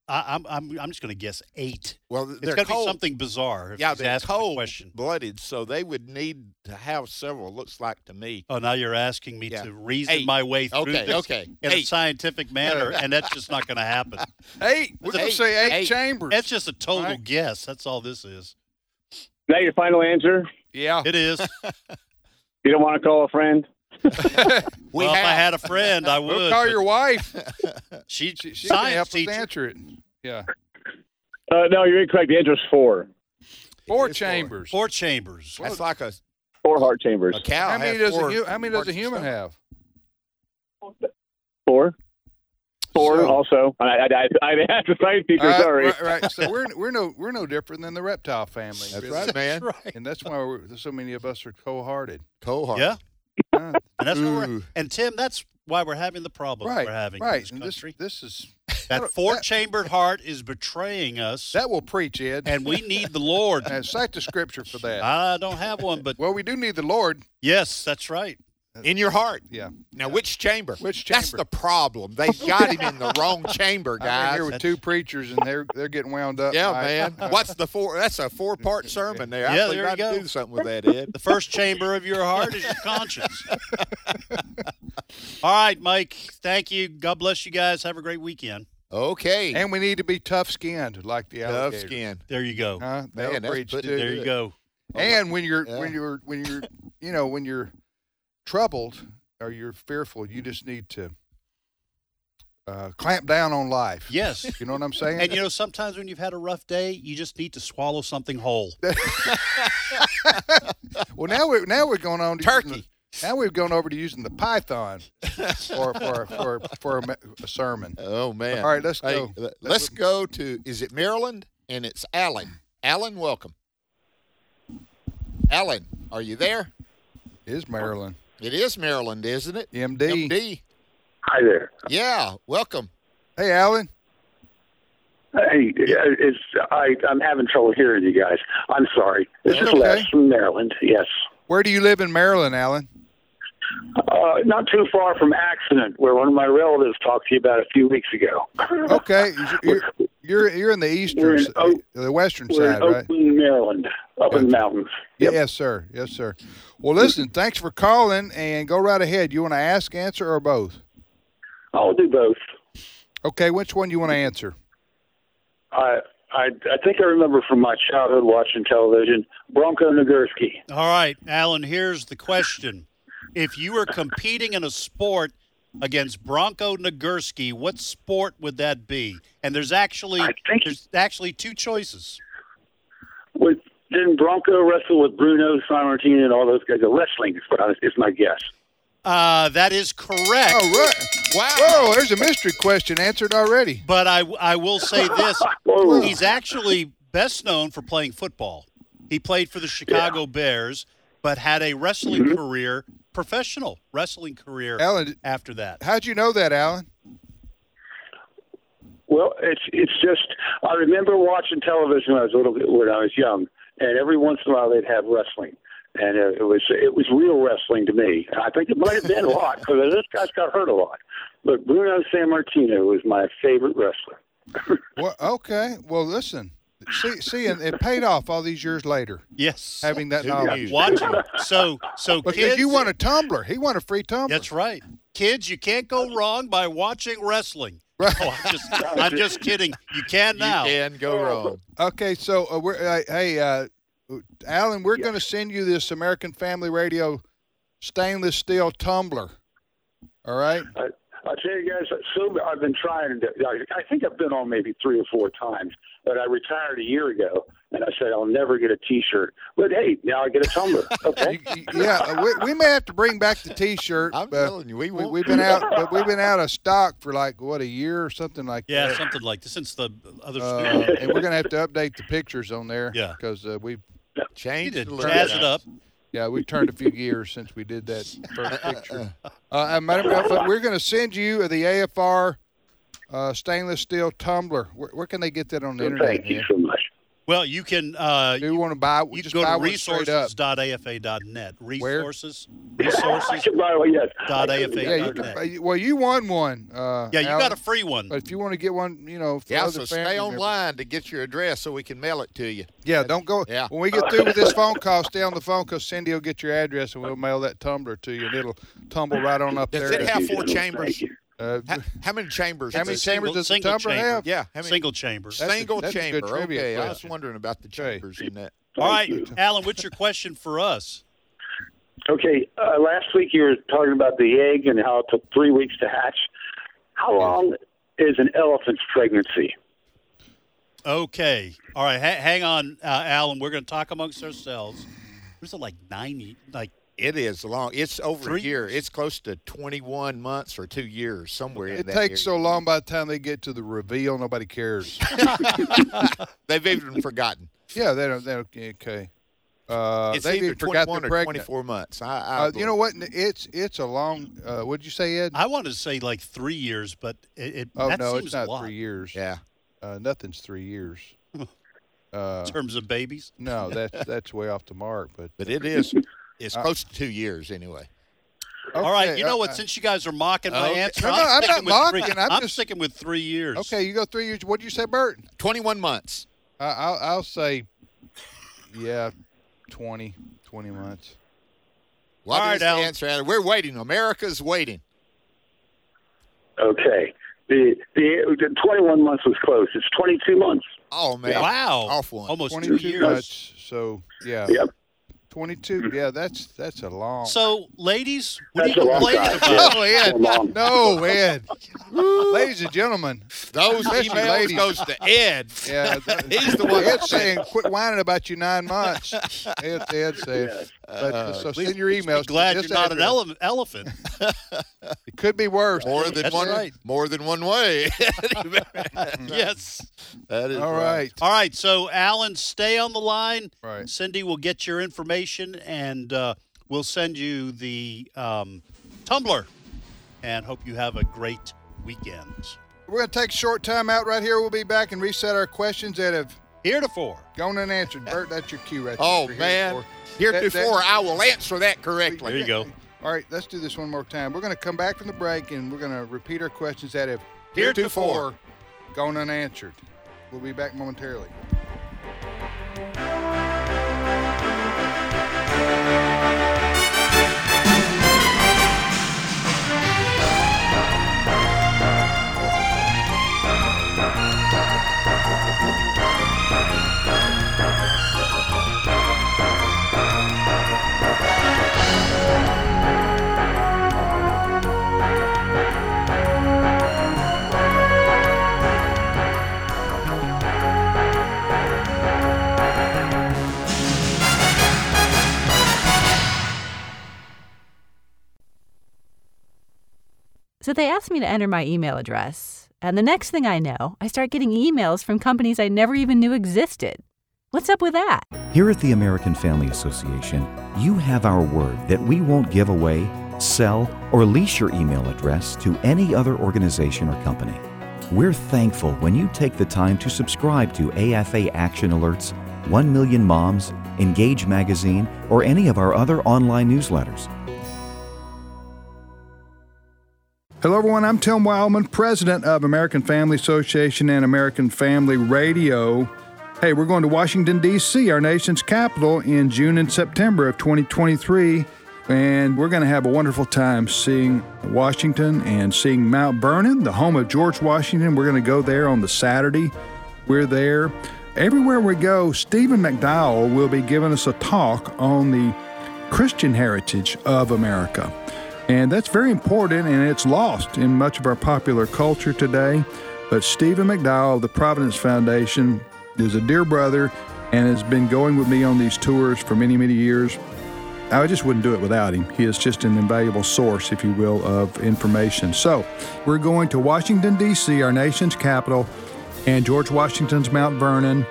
Speaker 5: I, I'm I'm I'm just going to guess eight.
Speaker 8: well,
Speaker 5: It's
Speaker 8: they're
Speaker 5: got to be
Speaker 8: cold.
Speaker 5: something bizarre. if
Speaker 8: yeah,
Speaker 5: he's
Speaker 8: they're
Speaker 5: asking the
Speaker 8: cold
Speaker 5: question.
Speaker 8: blooded, so they would need to have several. Looks like to me.
Speaker 5: Oh, now you're asking me
Speaker 8: Yeah.
Speaker 5: to reason
Speaker 8: Eight.
Speaker 5: my way through
Speaker 8: Okay,
Speaker 5: this
Speaker 8: okay.
Speaker 5: in a
Speaker 8: Eight.
Speaker 5: scientific manner, and that's just not going to happen.
Speaker 2: eight. We're gonna
Speaker 8: Eight.
Speaker 2: say eight,
Speaker 8: Eight.
Speaker 2: chambers.
Speaker 5: That's just a total
Speaker 2: Right.
Speaker 5: guess. That's all this is.
Speaker 9: Is that your final answer?
Speaker 2: yeah.
Speaker 5: It is.
Speaker 9: You don't want to call a friend?
Speaker 8: We
Speaker 5: well, if I
Speaker 8: have-
Speaker 5: had a friend, I would.
Speaker 2: We'll call
Speaker 5: but
Speaker 2: your wife.
Speaker 5: she,
Speaker 2: She, she can
Speaker 5: science
Speaker 2: help
Speaker 5: teacher.
Speaker 2: us answer it. Yeah.
Speaker 9: Uh, no, you're incorrect. The answer is four.
Speaker 2: Four
Speaker 8: It's four.
Speaker 2: chambers.
Speaker 5: Four chambers.
Speaker 8: That's like a,
Speaker 9: Four heart chambers.
Speaker 8: a cow.
Speaker 2: How many
Speaker 8: has
Speaker 2: does a
Speaker 8: four
Speaker 2: hu- how many does a
Speaker 8: parts of
Speaker 2: human
Speaker 8: stomach.
Speaker 2: have?
Speaker 9: Four. Four
Speaker 2: So-
Speaker 9: also. I, I, I, I asked the science teacher.
Speaker 2: All
Speaker 9: sorry.
Speaker 2: Uh, Right, right. So we're we're no we're no different than the reptile family.
Speaker 8: That's
Speaker 2: Chris.
Speaker 8: right, man.
Speaker 5: Right.
Speaker 2: And that's why we're, so many of us are cold-hearted.
Speaker 8: Cold hearted.
Speaker 5: Yeah.
Speaker 2: Huh?
Speaker 5: And that's what we're,
Speaker 8: Ooh.
Speaker 5: and Tim, that's why we're having the problem
Speaker 2: right.
Speaker 5: we're having in
Speaker 2: right.
Speaker 5: this
Speaker 2: and
Speaker 5: country.
Speaker 2: this this is
Speaker 5: that four-chambered heart is betraying us,
Speaker 2: that will preach, Ed.
Speaker 5: and we need the Lord.
Speaker 2: Uh, cite the scripture for that.
Speaker 5: I don't have one, but
Speaker 2: well, we do need the Lord.
Speaker 5: yes, that's right.
Speaker 8: In your heart.
Speaker 2: Yeah.
Speaker 8: Now, which chamber?
Speaker 2: Which
Speaker 8: That's
Speaker 2: chamber?
Speaker 8: the problem. They've got him in the wrong chamber,
Speaker 2: I'm in
Speaker 8: guys.
Speaker 2: here with two preachers, and they're they're getting wound up.
Speaker 8: Yeah,
Speaker 2: Mike.
Speaker 8: man. What's the four? That's a four-part sermon there.
Speaker 5: Yeah,
Speaker 8: I think
Speaker 5: there you
Speaker 8: I can
Speaker 5: go.
Speaker 8: do something with that, Ed.
Speaker 5: The first chamber of your heart is your conscience. All right, Mike. Thank you. God bless you guys. Have a great weekend.
Speaker 8: Okay.
Speaker 2: And we need to be tough-skinned, like the
Speaker 8: Dove
Speaker 2: alligator.
Speaker 8: skin.
Speaker 5: There you go.
Speaker 2: Huh? That'll
Speaker 8: Man, that's
Speaker 2: preach
Speaker 8: putting
Speaker 2: too.
Speaker 8: it
Speaker 5: There you go.
Speaker 2: And when you're
Speaker 8: Yeah.
Speaker 2: when you're when you're you know when you're troubled or you're fearful, you just need to uh, clamp down on life.
Speaker 5: Yes.
Speaker 2: You know what I'm saying?
Speaker 5: And you know, sometimes when you've had a rough day, you just need to swallow something whole.
Speaker 2: well, now we're now we're going on to using
Speaker 8: Turkey.
Speaker 2: The, now we've gone over to using the Python for for for, for a, me- a sermon.
Speaker 8: Oh man!
Speaker 2: All right, let's
Speaker 8: Hey,
Speaker 2: go.
Speaker 8: le- Let's go to is it Maryland? And it's Alan. Alan, welcome. Alan, are you there?
Speaker 2: Is Maryland
Speaker 8: It is Maryland, isn't it?
Speaker 2: MD.
Speaker 8: MD.
Speaker 9: Hi there.
Speaker 8: Yeah, welcome.
Speaker 2: Hey, Alan.
Speaker 9: Hey, uh, it's I. I'm having trouble hearing you guys. I'm sorry. This
Speaker 2: That's is Les okay.
Speaker 9: from Maryland. Yes.
Speaker 2: Where do you live in Maryland, Alan?
Speaker 9: Uh, not too far from accident, where one of my relatives talked to you about a few weeks ago.
Speaker 2: Okay, you're you're, you're in the eastern,
Speaker 9: We're in
Speaker 2: s-
Speaker 9: Oak-
Speaker 2: the western
Speaker 9: We're
Speaker 2: side,
Speaker 9: in
Speaker 2: right?
Speaker 9: Oakland, Maryland, up in the mountains.
Speaker 2: Yes, sir. Yes, sir. Well, listen, thanks for calling and go right ahead. You want to ask, answer, or both?
Speaker 9: I'll do both.
Speaker 2: Okay, which one you want to answer?
Speaker 9: I I I think I remember from my childhood watching television Bronco Nagurski.
Speaker 5: All right, Alan, here's the question. If you were competing in a sport against Bronco Nagurski, what sport would that be? And there's actually
Speaker 9: I think-
Speaker 5: there's actually two choices.
Speaker 9: With didn't Bronco wrestle with Bruno Sammartino and all those guys? The wrestling is what I, is my guess.
Speaker 5: Uh, that is correct.
Speaker 2: All right.
Speaker 8: Wow.
Speaker 2: Whoa, there's a mystery question answered already.
Speaker 5: But I I will say this:
Speaker 9: Whoa.
Speaker 5: he's actually best known for playing football. He played for the Chicago Bears, but had a wrestling career, professional wrestling career
Speaker 2: Mm-hmm. Alan,
Speaker 5: after that.
Speaker 2: how'd you know that, Alan?
Speaker 9: Well, it's it's just I remember watching television when I was a little bit, when I was young, and every once in a while they'd have wrestling, and uh, it was it was real wrestling to me. And I think it might have been a lot because this guy's got hurt a lot. But Bruno San Martino was my favorite wrestler.
Speaker 2: Well, okay. Well, listen, see, see, and it paid off all these years later
Speaker 5: Yes,
Speaker 2: having that knowledge.
Speaker 5: watching. So so
Speaker 2: Because
Speaker 5: kids,
Speaker 2: you won a tumbler, he won a free tumbler.
Speaker 5: That's right. kids, you can't go wrong by watching wrestling. No, I'm just, I'm just kidding. You can
Speaker 8: You
Speaker 5: now.
Speaker 8: can
Speaker 2: Oh.
Speaker 8: go wrong.
Speaker 2: Okay, so uh, we're uh, hey, uh, Alan, we're going to send you this American Family Radio stainless steel tumbler. All right.
Speaker 9: I'll tell you guys, so I've been trying. To, I I think I've been on maybe three or four times, but I retired a year ago, and I said I'll never get a T-shirt. But hey, now I get a tumbler. Okay,
Speaker 2: You- you- yeah, uh, we, we may have to bring back the T-shirt.
Speaker 8: I'm
Speaker 2: but
Speaker 8: telling you, we
Speaker 2: we,
Speaker 8: won't.
Speaker 2: we've been out, but we've been out of stock for like what a year or something like
Speaker 5: Yeah,
Speaker 2: that.
Speaker 5: something like this. Since the other
Speaker 2: Uh, and we're gonna have to update the pictures on there.
Speaker 5: Yeah.
Speaker 2: because uh, we
Speaker 8: change
Speaker 5: You
Speaker 8: the
Speaker 5: did
Speaker 8: look.
Speaker 5: jazz it up.
Speaker 2: yeah we turned a few gears since we did that first
Speaker 8: uh,
Speaker 2: picture. Uh, and matter of fact, but we're gonna send you the AFR uh, stainless steel tumbler. Where, where can they get that on the internet?
Speaker 9: thank you
Speaker 2: Ian?
Speaker 9: so much.
Speaker 5: Well, you can uh,
Speaker 2: Do you want to buy?
Speaker 5: you can
Speaker 2: just
Speaker 5: go
Speaker 2: buy
Speaker 5: to
Speaker 2: one straight up.
Speaker 5: resources.afa.net.
Speaker 2: Where?
Speaker 5: Resources.
Speaker 9: I
Speaker 5: Resources.
Speaker 9: should buy one. Yes.
Speaker 5: Dot AFA.
Speaker 2: Yeah, you
Speaker 5: Okay.
Speaker 2: can, well, you won one. Uh,
Speaker 5: Yeah, you
Speaker 2: Alan.
Speaker 5: got a free one.
Speaker 2: But if you want to get one, you know, for
Speaker 8: Yeah,
Speaker 2: other
Speaker 8: so stay
Speaker 2: family members-
Speaker 8: online to get your address so we can mail it to you.
Speaker 2: Yeah, don't go.
Speaker 8: Yeah.
Speaker 2: When we get through with this phone call, stay on the phone because Cindy will get your address and we'll mail that tumbler to you and it'll tumble right on up
Speaker 8: Does
Speaker 2: there.
Speaker 8: it
Speaker 2: to-
Speaker 8: have four
Speaker 9: Thank
Speaker 8: chambers?
Speaker 9: you.
Speaker 2: uh,
Speaker 8: How, how many chambers?
Speaker 2: How
Speaker 8: is
Speaker 2: many
Speaker 8: it?
Speaker 2: chambers does the tumbler
Speaker 5: chamber.
Speaker 2: have?
Speaker 8: Yeah, how many?
Speaker 5: Single chambers.
Speaker 2: That's a-
Speaker 8: single
Speaker 2: that's a good
Speaker 8: chamber.
Speaker 2: trivia
Speaker 8: okay, I was
Speaker 2: question.
Speaker 8: wondering about the
Speaker 2: Okay.
Speaker 8: chambers in that.
Speaker 5: All right,
Speaker 9: you.
Speaker 5: Alan, what's your question for us?
Speaker 9: Okay, uh, last week you were talking about the egg and how it took three weeks to hatch. How long is an elephant's pregnancy?
Speaker 5: Okay. All right. Ha- hang on, uh, Alan. We're going to talk amongst ourselves. There's like ninety, like
Speaker 8: It is long. It's over
Speaker 5: Three
Speaker 8: a year.
Speaker 5: years.
Speaker 8: It's close to 21 months or two years, somewhere in
Speaker 2: It
Speaker 8: that
Speaker 2: takes so
Speaker 8: area.
Speaker 2: long by the time they get to the reveal, nobody cares.
Speaker 8: They've even forgotten.
Speaker 2: yeah, they don't. They don't okay. Uh,
Speaker 8: It's
Speaker 2: they
Speaker 8: either
Speaker 2: even forgot they're
Speaker 8: 21 or
Speaker 2: pregnant.
Speaker 8: 24 months. I, I
Speaker 2: Uh, you know
Speaker 8: believe-
Speaker 2: what? It's it's a long. Uh, what'd you say, Ed?
Speaker 5: I wanted to say like three years, but it, it
Speaker 2: Oh
Speaker 5: that
Speaker 2: no,
Speaker 5: seems
Speaker 2: it's
Speaker 5: a
Speaker 2: not
Speaker 5: lot
Speaker 2: three years.
Speaker 8: Yeah.
Speaker 2: Uh, nothing's three years. Uh,
Speaker 5: in terms of babies.
Speaker 2: no, that's that's way off the mark. But
Speaker 8: But it is. It's close to two years anyway.
Speaker 5: All right.
Speaker 2: Okay,
Speaker 5: You know
Speaker 2: uh,
Speaker 5: what?
Speaker 2: uh,
Speaker 5: Since you guys are mocking my
Speaker 8: Okay.
Speaker 5: answer,
Speaker 2: No, no,
Speaker 5: I'm,
Speaker 2: I'm
Speaker 5: sticking
Speaker 2: not
Speaker 5: with
Speaker 2: mocking,
Speaker 5: Three,
Speaker 2: I'm
Speaker 5: I'm,
Speaker 2: just-
Speaker 5: sticking with three years.
Speaker 2: Okay, you go three years. What'd you say, Bert?
Speaker 8: 21 months.
Speaker 2: I, I'll, I'll say, yeah, 20, 20 months.
Speaker 8: What
Speaker 5: All right,
Speaker 8: is the
Speaker 5: Alan.
Speaker 8: answer, Alan? We're waiting. America's waiting.
Speaker 9: Okay, the the, the 21 months was close. It's 22 months.
Speaker 8: Oh, man.
Speaker 5: Wow.
Speaker 8: Off one.
Speaker 5: Almost two
Speaker 2: 22
Speaker 5: years.
Speaker 2: months. So, yeah.
Speaker 9: Yep.
Speaker 2: 22. Yeah, that's that's a long.
Speaker 5: So, ladies, what
Speaker 9: That's
Speaker 5: are
Speaker 9: a
Speaker 5: you
Speaker 9: long
Speaker 5: complaining
Speaker 9: time.
Speaker 5: about?
Speaker 2: no, Ed.
Speaker 9: So long.
Speaker 2: No, Ed. Ladies and gentlemen.
Speaker 8: Those
Speaker 2: Especially
Speaker 8: emails
Speaker 2: ladies.
Speaker 8: goes to Ed.
Speaker 2: Yeah.
Speaker 8: He's the one.
Speaker 2: Ed's saying, quit whining about you nine months. Ed, Ed says. But,
Speaker 8: Uh,
Speaker 2: uh, so
Speaker 5: Please-
Speaker 2: send your emails.
Speaker 5: Uh, Be glad
Speaker 2: to
Speaker 5: you're
Speaker 2: this
Speaker 5: not an
Speaker 2: address.
Speaker 5: ele- elephant.
Speaker 2: It could be worse.
Speaker 8: More than
Speaker 5: That's
Speaker 8: one.
Speaker 5: right.
Speaker 8: More than one way.
Speaker 5: yes.
Speaker 8: that is
Speaker 2: All right.
Speaker 5: All right. So, Alan, stay on the line.
Speaker 2: Right.
Speaker 5: Cindy will get your information and uh, we'll send you the um, tumbler. And hope you have a great weekend.
Speaker 2: We're going to take a short time out right here. We'll be back and reset our questions that have
Speaker 5: Heretofore.
Speaker 2: gone unanswered. Bert, that's your cue right there.
Speaker 8: Oh
Speaker 2: for here
Speaker 8: man.
Speaker 2: for-
Speaker 8: Heretofore,
Speaker 2: that-
Speaker 8: I will answer that correctly.
Speaker 5: There you go.
Speaker 2: All right, let's do this one more time. We're going to come back from the break and we're going to repeat our questions that have
Speaker 8: Heretofore.
Speaker 2: gone unanswered. We'll be back momentarily.
Speaker 10: So they asked me to enter my email address. And the next thing I know, I start getting emails from companies I never even knew existed. What's up with that?
Speaker 11: Here at the American Family Association, you have our word that we won't give away, sell, or lease your email address to any other organization or company. We're thankful when you take the time to subscribe to AFA Action Alerts, 1 Million Moms, Engage Magazine, or any of our other online newsletters.
Speaker 7: Hello, everyone. I'm Tim Wildman, president of American Family Association and American Family Radio. Hey, we're going to Washington, D.C., our nation's capital, in June and September of 2023. And we're going to have a wonderful time seeing Washington and seeing Mount Vernon, the home of George Washington. We're going to go there on the Saturday. We're there. Everywhere we go, Stephen McDowell will be giving us a talk on the Christian heritage of America. And that's very important, and it's lost in much of our popular culture today. But Stephen McDowell of the Providence Foundation is a dear brother and has been going with me on these tours for many, many years. I just wouldn't do it without him. He is just an invaluable source, if you will, of information. So, we're going to Washington, D.C., our nation's capital, and George Washington's Mount Vernon.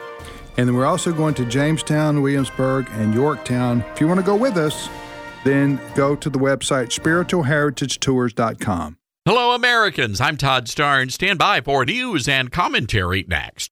Speaker 7: And then we're also going to Jamestown, Williamsburg, and Yorktown. If you want to go with us, then go to the website spiritualheritagetours.com.
Speaker 12: Hello, Americans. I'm Todd Starn. Stand by for news and commentary next.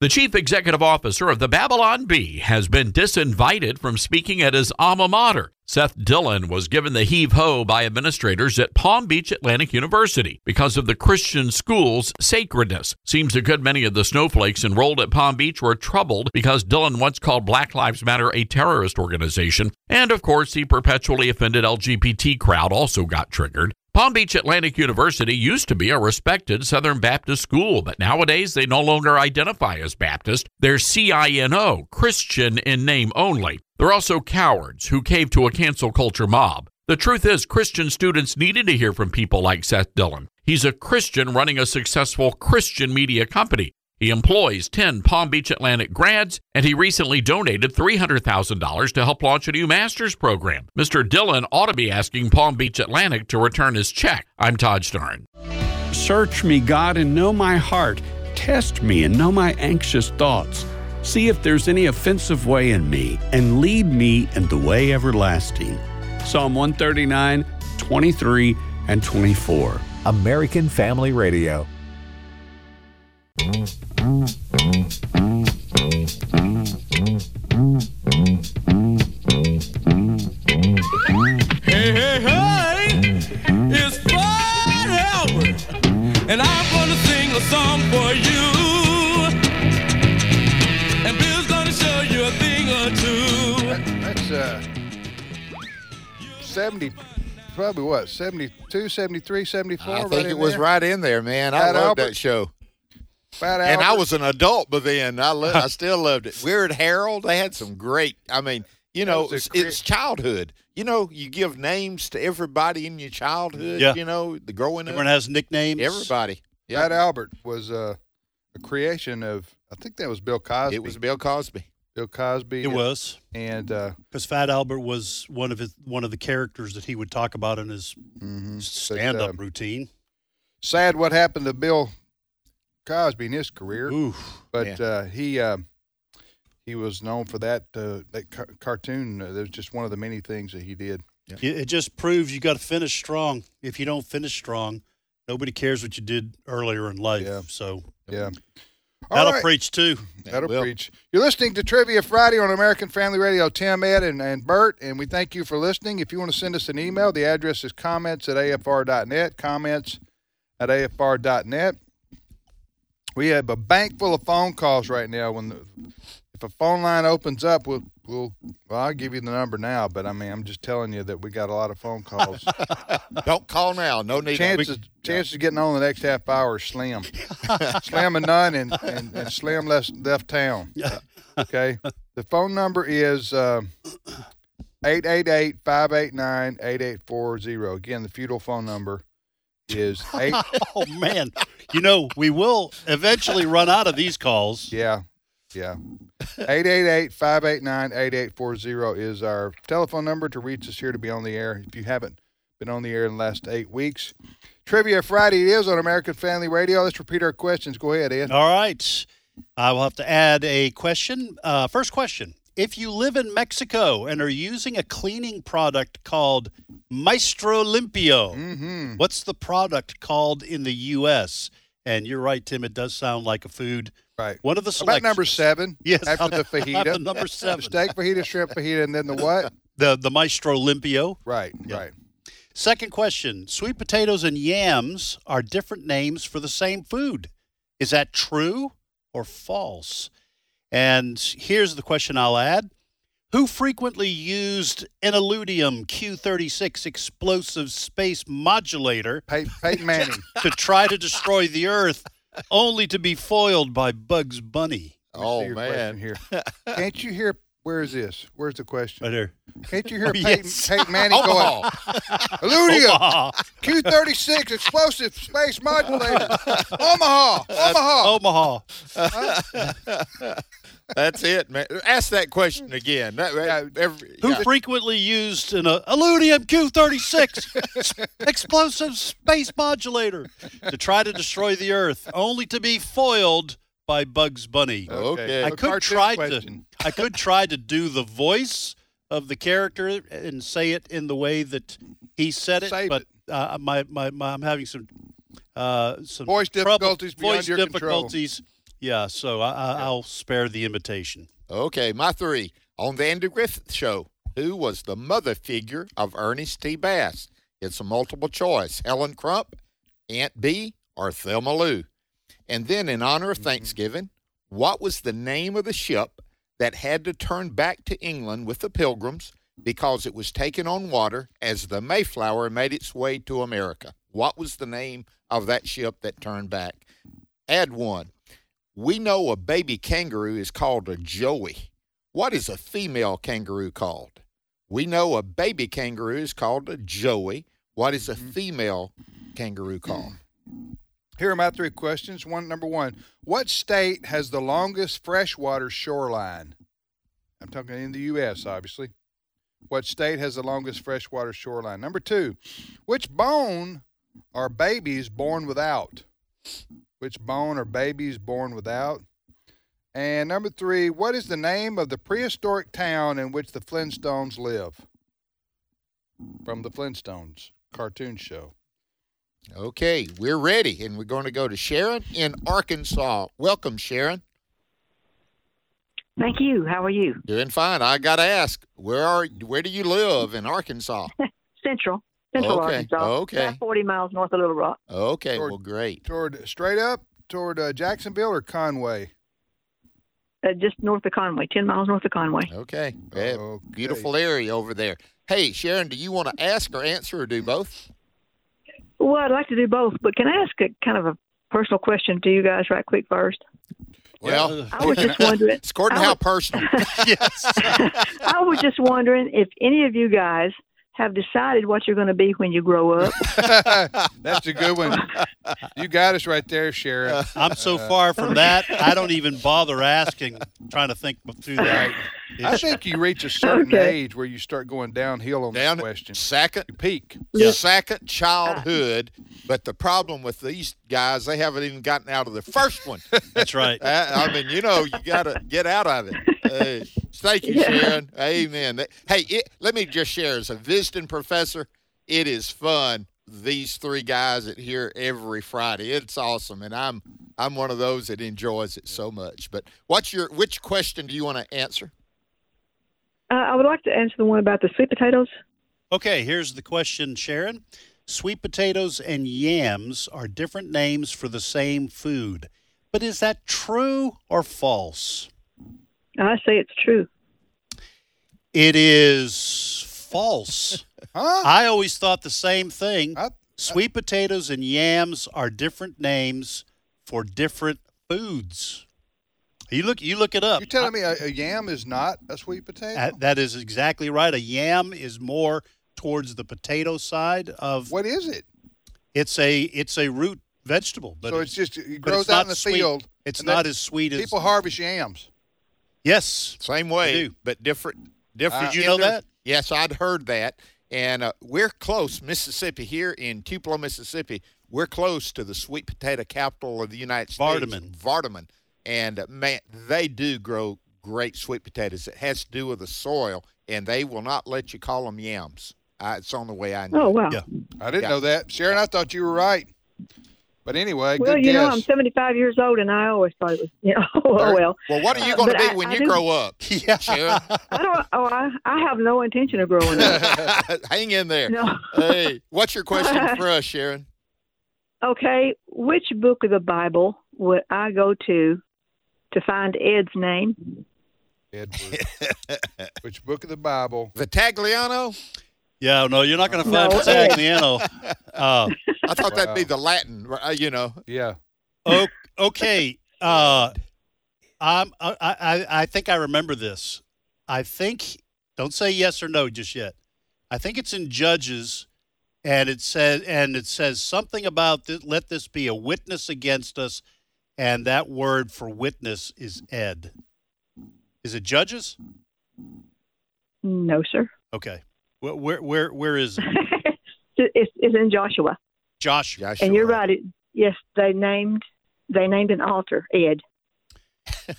Speaker 12: The chief executive officer of the Babylon Bee has been disinvited from speaking at his alma mater. Seth Dillon was given the heave ho by administrators at Palm Beach Atlantic University because of the Christian school's sacredness. Seems a good many of the snowflakes enrolled at Palm Beach were troubled because Dillon once called Black Lives Matter a terrorist organization. And of course, the perpetually offended LGBT crowd also got triggered. Palm Beach Atlantic University used to be a respected Southern Baptist school, but nowadays they no longer identify as Baptist. They're CINO, Christian in name only. They're also cowards who cave to a cancel culture mob. The truth is, Christian students needed to hear from people like Seth Dillon. He's a Christian running a successful Christian media company. He employs 10 Palm Beach Atlantic grads, and he recently donated $300,000 to help launch a new master's program. Mr. Dillon ought to be asking Palm Beach Atlantic to return his check. I'm Todd Starn.
Speaker 4: Search me, God, and know my heart. Test me and know my anxious thoughts. See if there's any offensive way in me, and lead me in the way everlasting. Psalm 139, 23, and 24.
Speaker 1: American Family Radio.
Speaker 13: Hey, hey, hey, it's Fred Albert, and I'm gonna sing a song for you. And Bill's gonna show you a thing or two.
Speaker 2: That's uh, 70, probably what, 72, 73, 74?
Speaker 8: I
Speaker 2: right
Speaker 8: think
Speaker 2: in
Speaker 8: it was
Speaker 2: there?
Speaker 8: right in there, man. I
Speaker 2: Fat
Speaker 8: loved
Speaker 2: Albert.
Speaker 8: that show.
Speaker 2: Fat
Speaker 8: and I
Speaker 2: Albert.
Speaker 8: was an adult by then. I lo- I still loved it. Weird Harold. They had some great. I mean, you know,
Speaker 2: was a
Speaker 8: it's,
Speaker 2: great-
Speaker 8: it's childhood. You know, you give names to everybody in your childhood.
Speaker 5: Yeah.
Speaker 8: You know, the growing
Speaker 5: Everyone
Speaker 8: up.
Speaker 5: has nicknames.
Speaker 8: Everybody. Yeah.
Speaker 2: Fat Albert was uh, a creation of, I think that was Bill Cosby.
Speaker 8: It was Bill Cosby.
Speaker 2: Bill Cosby.
Speaker 5: It was
Speaker 2: And uh,
Speaker 5: because Fat Albert was one of his one of the characters that he would talk about in his stand up
Speaker 2: um,
Speaker 5: routine.
Speaker 2: sad what happened to Bill Cosby in his career. but
Speaker 5: Yeah.
Speaker 2: uh, he um he was known for that uh, that ca- cartoon. Uh, that was just one of the many things that he did.
Speaker 5: It, it just proves you got to finish strong. If you don't finish strong, nobody cares what you did earlier in life. So
Speaker 2: Yeah.
Speaker 5: that'll
Speaker 2: right.
Speaker 5: preach too.
Speaker 2: That'll preach. You're listening to Trivia Friday on American Family Radio. Tim, Ed, and, and Bert, and we thank you for listening. If you want to send us an email, the address is comments at afr.net. Comments at afr.net. We have a bank full of phone calls right now. When the, if a phone line opens up, we'll, we'll well I'll give you the number now. But I mean, I'm just telling you that we got a lot of phone calls.
Speaker 8: Don't call now. No need.
Speaker 2: chances chances of getting on the next half hour is slim. slim and none, and, and, and slim left left town. Okay. The phone number is um 888-589-8840. Again, the feudal phone number is eight.
Speaker 5: oh man, you know we will eventually run out of these calls.
Speaker 2: Yeah, yeah. 888-589-8840 is our telephone number to reach us here to be on the air. If you haven't been on the air in the last eight weeks, Trivia Friday it is on American Family Radio. Let's repeat our questions. Go ahead, Ed.
Speaker 5: All right. I will have to add a question. Uh, first question If you live in Mexico and are using a cleaning product called Maestro Limpio,
Speaker 2: Mm-hmm.
Speaker 5: what's the product called in the U.S.? And you're right, Tim. It does sound like a food.
Speaker 2: Right.
Speaker 5: One of the
Speaker 2: About
Speaker 5: selections.
Speaker 2: number seven.
Speaker 5: Yes.
Speaker 2: After the
Speaker 5: after
Speaker 2: fajita.
Speaker 5: number seven.
Speaker 2: Steak fajita, shrimp fajita, and then the what?
Speaker 5: The the Maestro Limpio.
Speaker 2: Right. Right.
Speaker 5: Second question: Sweet potatoes and yams are different names for the same food. Is that true or false? And here's the question I'll add: Who frequently used an Illudium Q36 explosive space modulator
Speaker 2: Peyton Manning.
Speaker 5: to try to destroy the Earth, only to be foiled by Bugs Bunny?
Speaker 2: Oh man! Here, can't you hear? Where is this? Where's the question?
Speaker 5: Right here.
Speaker 2: Can't you hear
Speaker 5: Oh,
Speaker 2: Peyton,
Speaker 5: yes. Oh.
Speaker 2: Peyton Manning going?
Speaker 5: Omaha. Oh,
Speaker 2: Illudium, Q thirty six explosive space modulator, Omaha, Omaha.
Speaker 5: Omaha.
Speaker 8: That's it, man. Ask that question again. That- that- every-
Speaker 5: who
Speaker 8: yeah.
Speaker 5: frequently used an uh, Illudium Q36 explosive space modulator to try to destroy the Earth, only to be foiled by Bugs Bunny.
Speaker 8: Okay.
Speaker 5: I
Speaker 8: A
Speaker 5: could
Speaker 8: cartoon
Speaker 5: try
Speaker 8: question.
Speaker 5: to I could try to do the voice of the character and say it in the way that he said it, but Uh, my, my my I'm having some uh, some
Speaker 2: Voice
Speaker 5: trouble-
Speaker 2: difficulties beyond
Speaker 5: voice
Speaker 2: your control.
Speaker 5: difficulties. Yeah, so I, I, I'll spare the imitation.
Speaker 8: Okay, my three. On the Andy Griffith Show, who was the mother figure of Ernest T. Bass? It's a multiple choice. Helen Crump, Aunt B, or Thelma Lou. And then, in honor
Speaker 5: Mm-hmm.
Speaker 8: of Thanksgiving, what was the name of the ship that had to turn back to England with the pilgrims because it was taken on water as the Mayflower made its way to America? What was the name of that ship that turned back? Add one. We know a baby kangaroo is called a joey. What is a female kangaroo called? We know a baby kangaroo is called a joey. What is a female kangaroo called?
Speaker 2: Here are my three questions. One, number one, what state has the longest freshwater shoreline? I'm talking in the U.S., obviously. What state has the longest freshwater shoreline? Number two, which bone are babies born without? Which bone are babies born without? And number three, what is the name of the prehistoric town in which the Flintstones live? From the Flintstones cartoon show.
Speaker 8: Okay, we're ready, and we're going to go to Sharon in Arkansas. Welcome, Sharon.
Speaker 14: Thank you. How are you?
Speaker 8: Doing fine. I got to ask, where are where do you live in Arkansas?
Speaker 14: Central, Central
Speaker 8: Okay,
Speaker 14: Arkansas.
Speaker 8: okay.
Speaker 14: About 40 miles north of Little Rock.
Speaker 8: Okay, well, great.
Speaker 2: Toward straight up toward uh, Jacksonville or Conway?
Speaker 14: Uh, just north of Conway, 10 miles north of Conway.
Speaker 8: Okay, yeah, beautiful area over there. Hey, Sharon, do you want to ask or answer or do both?
Speaker 14: Well, I'd like to do both, but can I ask a kind of a personal question to you guys right quick first?
Speaker 8: Well,
Speaker 14: I was just wondering.
Speaker 8: It's according to
Speaker 14: I
Speaker 8: how
Speaker 14: was-
Speaker 8: personal.
Speaker 14: I was just wondering if any of you guys have decided what you're going to be when you grow up.
Speaker 2: That's a good one. You got us right there, Sharon.
Speaker 5: I'm so
Speaker 2: Uh,
Speaker 5: far from that, I don't even bother asking, trying to think through that.
Speaker 2: I think you reach a certain age where you start going downhill on this question.
Speaker 8: Second
Speaker 2: peak.
Speaker 8: Second childhood. But the problem with these guys, they haven't even gotten out of the first one.
Speaker 5: That's right.
Speaker 8: I, I mean, you know, you got to get out of it. Uh, thank you, Sharon. Amen. That- Hey, it, let me just share as a visiting professor, it is fun. These three guys that here every Friday, it's awesome, and I'm I'm one of those that enjoys it so much. But what's your which question do you want to answer?
Speaker 14: Uh, I would like to answer the one about the sweet potatoes.
Speaker 5: Okay, here's the question, Sharon. Sweet potatoes and yams are different names for the same food, but is that true or false?
Speaker 14: I say it's true.
Speaker 5: It is false. I always thought the same thing. Sweet potatoes and yams are different names for different foods. You look, you look it up.
Speaker 2: You're telling me a, a yam is not a sweet potato?
Speaker 5: Uh, that is exactly right. A yam is more towards the potato side of
Speaker 2: what is it?
Speaker 5: It's a it's a root vegetable, but
Speaker 2: so it's, just it
Speaker 5: but
Speaker 2: grows
Speaker 5: it's
Speaker 2: out
Speaker 5: not
Speaker 2: in the
Speaker 5: sweet.
Speaker 2: field.
Speaker 5: It's
Speaker 2: and
Speaker 5: not
Speaker 2: that-
Speaker 5: as sweet as
Speaker 2: people harvest yams.
Speaker 5: Yes,
Speaker 8: same way, but different. Different.
Speaker 2: Did you know
Speaker 8: inter-
Speaker 2: that?
Speaker 8: Yes, I'd heard that, and uh, we're close, Mississippi. Here in Tupelo, Mississippi, we're close to the sweet potato capital of the United States,
Speaker 5: Vardaman.
Speaker 8: Vardaman, and uh, man, they do grow great sweet potatoes. It has to do with the soil, and they will not let you call them yams. Uh, it's on the way I know.
Speaker 14: Oh, wow.
Speaker 8: Yeah.
Speaker 2: I didn't know that. Sharon, I thought you were right. But anyway,
Speaker 14: well,
Speaker 2: good
Speaker 14: you
Speaker 2: guess.
Speaker 14: know, I'm 75 years old, and I always thought it was, you know, oh, well.
Speaker 8: Well, what are you
Speaker 14: Uh,
Speaker 8: going to
Speaker 14: but
Speaker 8: be
Speaker 14: I-
Speaker 8: when
Speaker 14: I
Speaker 8: you
Speaker 14: didn't-
Speaker 8: grow up? Yeah. Sharon?
Speaker 14: I don't, oh, I, I have no intention of growing up.
Speaker 8: Hang in there.
Speaker 14: No.
Speaker 8: Hey, what's your question for us, Sharon?
Speaker 14: Okay, which book of the Bible would I go to to find Ed's name?
Speaker 2: Edward. Which book of the Bible?
Speaker 8: Vitagliano?
Speaker 5: Yeah, no, you're not going to find
Speaker 8: No, Ed.
Speaker 5: Vitagliano. Uh,
Speaker 8: I thought that'd be the Latin, uh, you know.
Speaker 2: Yeah.
Speaker 5: o- okay. Uh, I'm, uh, I, I, I think I remember this. I think, don't say yes or no just yet. I think it's in Judges, and it says, and it says something about th- let this be a witness against us, and that word for witness is Ed. Is it Judges?
Speaker 14: No, sir.
Speaker 5: Okay. Where, where, where, where is it?
Speaker 14: It's, it's in Joshua.
Speaker 5: Josh.
Speaker 14: And you're right. It, yes, they named they named an altar Ed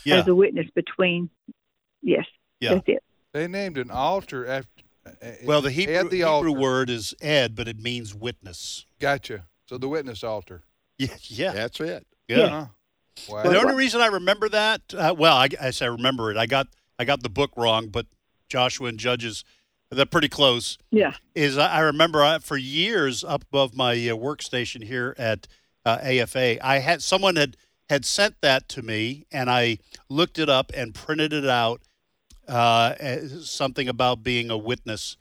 Speaker 5: Yeah.
Speaker 14: as a witness between. Yes,
Speaker 5: Yeah.
Speaker 14: that's it.
Speaker 2: They named an altar after. uh,
Speaker 5: Well, the Hebrew,
Speaker 2: the
Speaker 5: Hebrew word is ed, but it means witness.
Speaker 2: Gotcha. So the witness altar.
Speaker 5: Yeah. yeah.
Speaker 8: That's it.
Speaker 5: Yeah.
Speaker 2: Huh. Wow.
Speaker 5: The only reason I remember that, uh, well, I, I say I remember it. I got I got the book wrong, but Joshua and Judges, they're pretty close.
Speaker 14: Yeah.
Speaker 5: Is I, I remember I, for years up above my uh, workstation here at uh, AFA, I had someone had had sent that to me, and I looked it up and printed it out. Uh, as something about being a witness,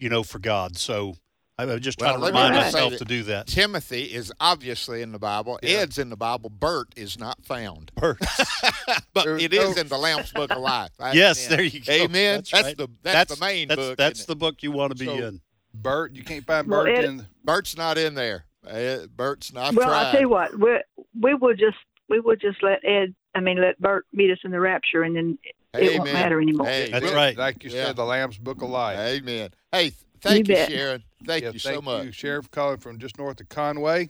Speaker 5: you know, for God. So I, I'm just trying to
Speaker 8: let me
Speaker 5: remind
Speaker 8: just say
Speaker 5: myself to do that.
Speaker 8: Timothy is obviously in the Bible. Ed's in the Bible. Bert is not found.
Speaker 5: Bert.
Speaker 8: but it is
Speaker 5: no-
Speaker 8: in the Lamb's Book of Life.
Speaker 5: yes,
Speaker 8: Amen.
Speaker 5: there you go.
Speaker 8: Amen. That's,
Speaker 5: right.
Speaker 8: the that's, the main
Speaker 5: that's,
Speaker 8: book.
Speaker 5: That's
Speaker 8: isn't
Speaker 5: the book you want to be
Speaker 8: So-
Speaker 5: in.
Speaker 2: Bert, you can't find
Speaker 8: it?
Speaker 14: Well, Bert Ed- in-
Speaker 8: Bert's not in there. Uh, Bert's not.
Speaker 14: well,
Speaker 8: tried.
Speaker 14: I tell you what, we we will just we will just let Ed. I mean, let Bert meet us in the rapture, and then it won't
Speaker 8: Amen.
Speaker 14: matter anymore.
Speaker 8: Amen.
Speaker 5: That's right.
Speaker 2: Like you said, the Lamb's Book of Life.
Speaker 8: Amen. Hey, th- thank you,
Speaker 14: You bet.
Speaker 8: Sharon. Thank
Speaker 2: Yeah,
Speaker 8: you so
Speaker 2: thank
Speaker 8: much.
Speaker 2: you, Sheriff calling from just north of Conway,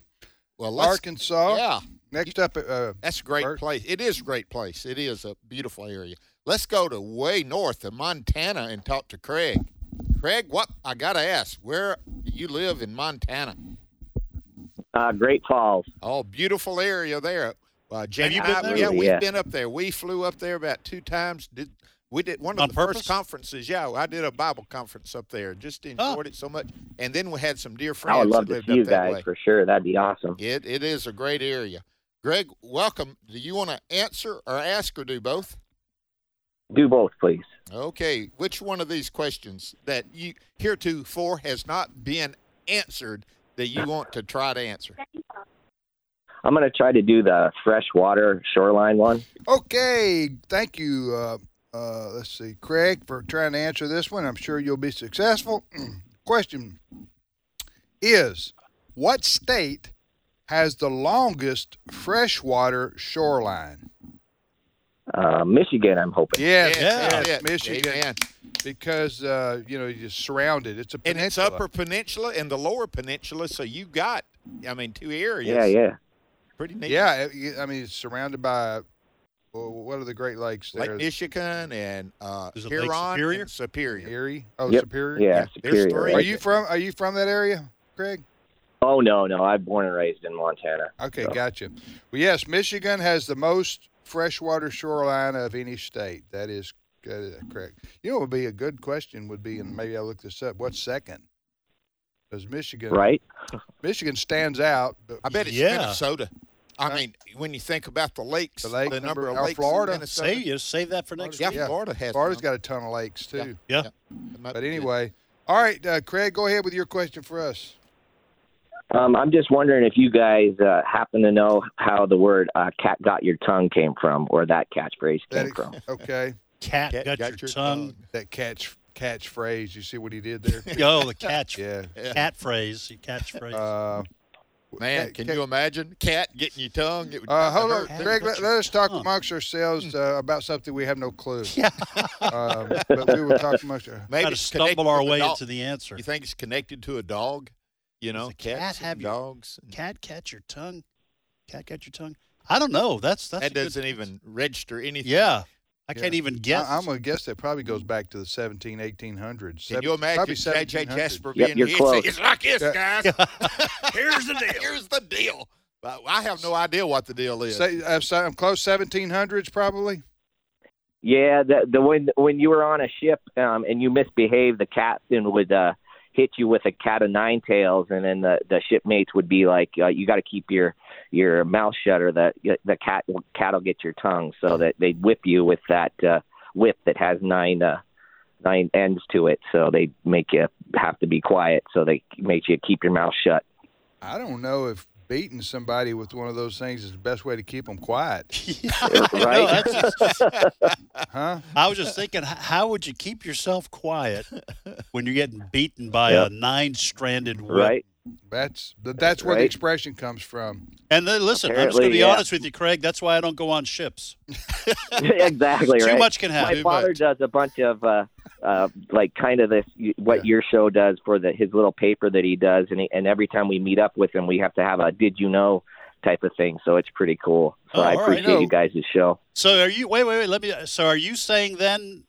Speaker 8: Well, let's,
Speaker 2: Arkansas.
Speaker 8: yeah,
Speaker 2: Next up, uh,
Speaker 8: that's a great place. It is a great place. It is a beautiful area. Let's go to way north of Montana and talk to Craig. Craig, what I gotta ask? Where do you live in Montana?
Speaker 15: Uh, Great Falls.
Speaker 8: Oh, beautiful area there. Uh, Jay
Speaker 5: Have you
Speaker 8: and
Speaker 5: been
Speaker 8: I-
Speaker 5: there?
Speaker 8: Yeah, we've
Speaker 15: Yeah.
Speaker 8: been up there. We flew up there about two times. Did we did one of
Speaker 5: On
Speaker 8: the
Speaker 5: purpose?
Speaker 8: first conferences? Yeah, I did a Bible conference up there. Just enjoyed it so much. And then we had some dear friends.
Speaker 15: I would
Speaker 8: that
Speaker 15: love to
Speaker 8: lived
Speaker 15: see you
Speaker 8: up that
Speaker 15: guys
Speaker 8: way.
Speaker 15: for sure. That'd be awesome.
Speaker 8: It it is a great area. Greg, welcome. Do you want to answer or ask or do both?
Speaker 15: Do both, please.
Speaker 8: Okay. Which one of these questions that you heretofore has not been answered that you want to try to answer?
Speaker 15: I'm going to try to do the freshwater shoreline one.
Speaker 2: Okay, thank you. Uh, uh, let's see, Craig, for trying to answer this one. I'm sure you'll be successful. Question is What state has the longest freshwater shoreline?
Speaker 15: Uh, Michigan, I'm hoping.
Speaker 2: Yes,
Speaker 5: Yeah.
Speaker 2: yes,
Speaker 8: That's it.
Speaker 2: Michigan.
Speaker 8: Amen.
Speaker 2: Because, uh, you know, you're surrounded. It's a
Speaker 8: And
Speaker 2: peninsula.
Speaker 8: it's upper peninsula and the lower peninsula, so you got I mean two areas.
Speaker 15: Yeah, yeah.
Speaker 8: Pretty neat.
Speaker 2: Yeah, it- you- I mean, it's surrounded by, well, what are the Great Lakes
Speaker 8: Lake
Speaker 2: there?
Speaker 8: Michigan and uh
Speaker 5: Is it Lake
Speaker 8: Huron
Speaker 5: Superior?
Speaker 8: and Superior.
Speaker 2: Erie? Oh,
Speaker 15: Yep.
Speaker 2: Superior?
Speaker 15: Yeah,
Speaker 8: There's
Speaker 15: Superior.
Speaker 8: three.
Speaker 2: Are
Speaker 15: right?
Speaker 2: you from Are you from that area, Craig?
Speaker 15: Oh, no, no. I'm born and raised in Montana.
Speaker 2: Okay,
Speaker 15: So,
Speaker 2: gotcha. Well, yes, Michigan has the most freshwater shoreline of any state. That is that is correct. You know, what would be a good question would be, and maybe I'll look this up. What's second? Because Michigan,
Speaker 15: Right?
Speaker 2: Michigan stands out. But
Speaker 8: I bet it's
Speaker 5: Yeah.
Speaker 8: Minnesota. I mean, when you think about the lakes,
Speaker 2: The
Speaker 8: the,
Speaker 2: lake
Speaker 8: number,
Speaker 2: number-
Speaker 8: of
Speaker 2: or
Speaker 8: lakes
Speaker 2: Florida.
Speaker 8: in Minnesota.
Speaker 5: Save you save that for next
Speaker 8: yeah,
Speaker 5: year.
Speaker 2: yeah.
Speaker 8: Florida has.
Speaker 2: Florida's
Speaker 8: some.
Speaker 2: got a ton of lakes too.
Speaker 5: Yeah.
Speaker 2: But anyway, all right, uh, Craig, go ahead with your question for us.
Speaker 15: Um, I'm just wondering if you guys uh, happen to know how the word uh, cat got your tongue came from or that catchphrase
Speaker 2: That
Speaker 15: came from.
Speaker 2: ex- okay,
Speaker 5: Cat,
Speaker 8: Cat
Speaker 5: got, your, tongue.
Speaker 2: that catch catchphrase. You see what he did there?
Speaker 5: Yo, the catch
Speaker 2: yeah.
Speaker 5: cat phrase. You catchphrase.
Speaker 2: Uh,
Speaker 8: Man,
Speaker 2: Cat-
Speaker 8: can
Speaker 2: cat-
Speaker 8: you imagine cat getting your tongue? It would
Speaker 2: Uh,
Speaker 8: kinda
Speaker 2: hold on,
Speaker 8: hurt.
Speaker 2: Greg. Let, let us talk amongst ourselves
Speaker 5: Hmm.
Speaker 2: uh, about something we have no clue. um, but we will talk amongst our,
Speaker 8: Maybe
Speaker 5: Gotta
Speaker 8: it's
Speaker 5: stumble
Speaker 8: connected
Speaker 5: our
Speaker 8: with a
Speaker 5: way
Speaker 8: dog.
Speaker 5: into the answer.
Speaker 8: You think it's connected to a dog? You know,
Speaker 5: a cat
Speaker 8: cats and
Speaker 5: have your-
Speaker 8: dogs.
Speaker 5: cat catch your tongue. Cat catch your tongue. I don't know. That's that's a
Speaker 8: That
Speaker 5: good-
Speaker 8: doesn't even register anything.
Speaker 5: Yeah. I can't even guess.
Speaker 2: I, am going to guess that probably goes back to the 17, 1800s.
Speaker 8: Can you imagine
Speaker 2: Probably
Speaker 8: J.J.
Speaker 2: 1700s.
Speaker 8: Jasper being here and saying, It's like this, guys. Here's the deal. Here's the deal. But I have no idea what the deal is.
Speaker 2: Say, uh, so I'm close 1700s probably.
Speaker 15: Yeah, the the when when you were on a ship um, and you misbehaved, the captain would uh, hit you with a cat of nine tails, and then the the shipmates would be like, uh, "You got to keep your your mouth shut, or the the cat will cat will get your tongue." So that they'd whip you with that uh, whip that has nine uh, nine ends to it. So they make you have to be quiet. So they make you keep your mouth shut.
Speaker 2: I don't know if beating somebody with one of those things is the best way to keep them quiet.
Speaker 5: Right?
Speaker 2: huh?
Speaker 5: I was just thinking, h- how would you keep yourself quiet when you're getting beaten by
Speaker 2: Yep.
Speaker 5: a nine-stranded whip?
Speaker 2: Right. That's th- that's where the
Speaker 5: Right.
Speaker 2: expression comes from.
Speaker 5: And then, listen, I'm just
Speaker 2: Apparently,
Speaker 5: going to be
Speaker 2: yeah.
Speaker 5: honest with you, Craig. That's why I don't go on ships.
Speaker 15: exactly
Speaker 5: Too
Speaker 15: right.
Speaker 5: much can happen.
Speaker 15: My father does a bunch of uh, uh, like kind of this what your show does for the his little paper that he does, and he, and every time we meet up with him, we have to have a did you know type of thing. So it's pretty cool. So
Speaker 5: Oh,
Speaker 15: I
Speaker 5: all right.
Speaker 15: appreciate you guys' show.
Speaker 5: So are you? Wait, wait, wait. Let me. So are you saying then,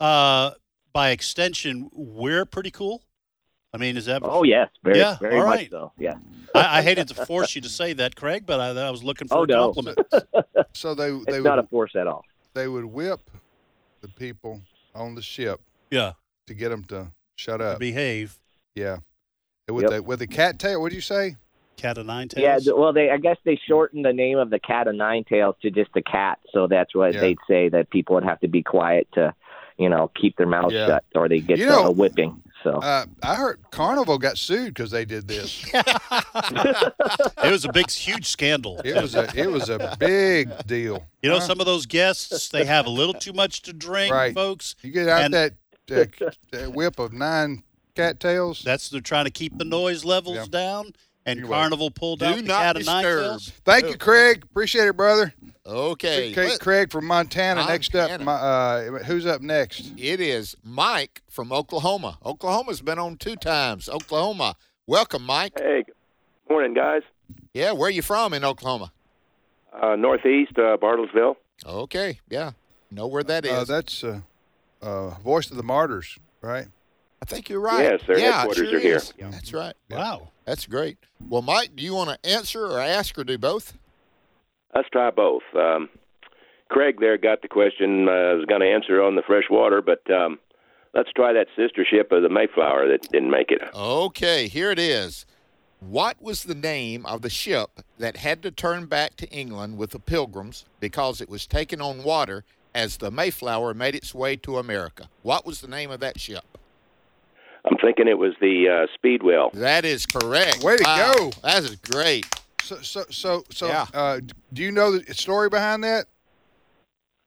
Speaker 5: uh, by extension, we're pretty cool? I mean, is that?
Speaker 15: Oh yes, very
Speaker 5: yeah,
Speaker 15: very
Speaker 5: all
Speaker 15: much
Speaker 5: right.
Speaker 14: Oh,
Speaker 15: so. Yeah.
Speaker 5: I, I hated to force you to say that, Craig, but I, I was looking for
Speaker 15: Oh,
Speaker 5: a
Speaker 15: no.
Speaker 5: compliment.
Speaker 2: So they
Speaker 15: It's
Speaker 2: they
Speaker 15: not
Speaker 2: would
Speaker 15: a force at all.
Speaker 2: they would whip the people on the ship.
Speaker 5: Yeah.
Speaker 2: To get them to shut up,
Speaker 5: behave.
Speaker 2: Yeah. And with
Speaker 15: Yep.
Speaker 2: the with the cat tail, what do you say?
Speaker 5: Cat of nine
Speaker 15: Yeah, th- well, they I guess they shortened the name of the cat of nine tails to just the cat, so that's what
Speaker 2: Yeah.
Speaker 15: they'd say that people would have to be quiet to, you know, keep their mouths
Speaker 2: Yeah.
Speaker 15: shut, or they get
Speaker 2: You
Speaker 15: the-
Speaker 2: know-
Speaker 15: a whipping. So
Speaker 2: Uh, I heard Carnival got sued because they did this.
Speaker 5: it was a big, huge scandal.
Speaker 2: It was a it was a big deal.
Speaker 5: You know,
Speaker 2: Huh?
Speaker 5: some of those guests they have a little too much to drink,
Speaker 2: Right.
Speaker 5: folks.
Speaker 2: You get out
Speaker 5: and-
Speaker 2: that, uh, that whip of nine cattails.
Speaker 5: That's they're trying to keep the noise levels down. And
Speaker 2: You're welcome.
Speaker 5: Carnival pulled
Speaker 2: Do
Speaker 5: out the
Speaker 2: not
Speaker 5: cat of nine
Speaker 2: disturb.
Speaker 5: tails.
Speaker 2: Thank you, Craig. Appreciate it, brother.
Speaker 8: Okay.
Speaker 2: Craig,
Speaker 8: let-
Speaker 2: Craig from Montana. Next up,
Speaker 8: Montana.
Speaker 2: my, uh, who's up next?
Speaker 8: It is Mike from Oklahoma. Oklahoma's been on two times. Oklahoma. Welcome, Mike.
Speaker 16: Hey, morning, guys.
Speaker 8: Yeah, where are you from in Oklahoma?
Speaker 16: Uh, northeast, uh, Bartlesville.
Speaker 8: Okay, yeah. Know where that is.
Speaker 2: Uh, that's uh, uh, Voice of the Martyrs, right?
Speaker 8: I think you're right.
Speaker 16: Yes, their
Speaker 8: yeah, it
Speaker 16: headquarters
Speaker 8: sure
Speaker 16: are here.
Speaker 8: is. That's right.
Speaker 5: Wow.
Speaker 8: That's great. Well, Mike, do you want to answer or ask or do both?
Speaker 16: Let's try both. Um, Craig there got the question. Uh, I was going to answer on the fresh water, but um, let's try that sister ship of the Mayflower that didn't make it.
Speaker 8: Okay, here it is. What was the name of the ship that had to turn back to England with the pilgrims because it was taken on water as the Mayflower made its way to America? What was the name of that ship?
Speaker 16: I'm thinking it was the uh, Speedwell.
Speaker 8: That is correct.
Speaker 2: Way to
Speaker 8: Wow,
Speaker 2: go.
Speaker 8: That is great.
Speaker 2: So, so, so, so uh, d- do you know the story behind that?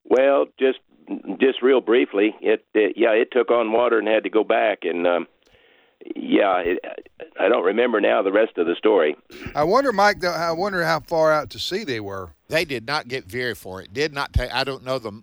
Speaker 16: Well, just just real briefly, it, it yeah, it took on water and had to go back, and um, yeah, it, I don't remember now the rest of the story.
Speaker 2: I wonder, Mike. Though, I wonder how far out to sea they were.
Speaker 8: They did not get very for it. Did not take. I don't know the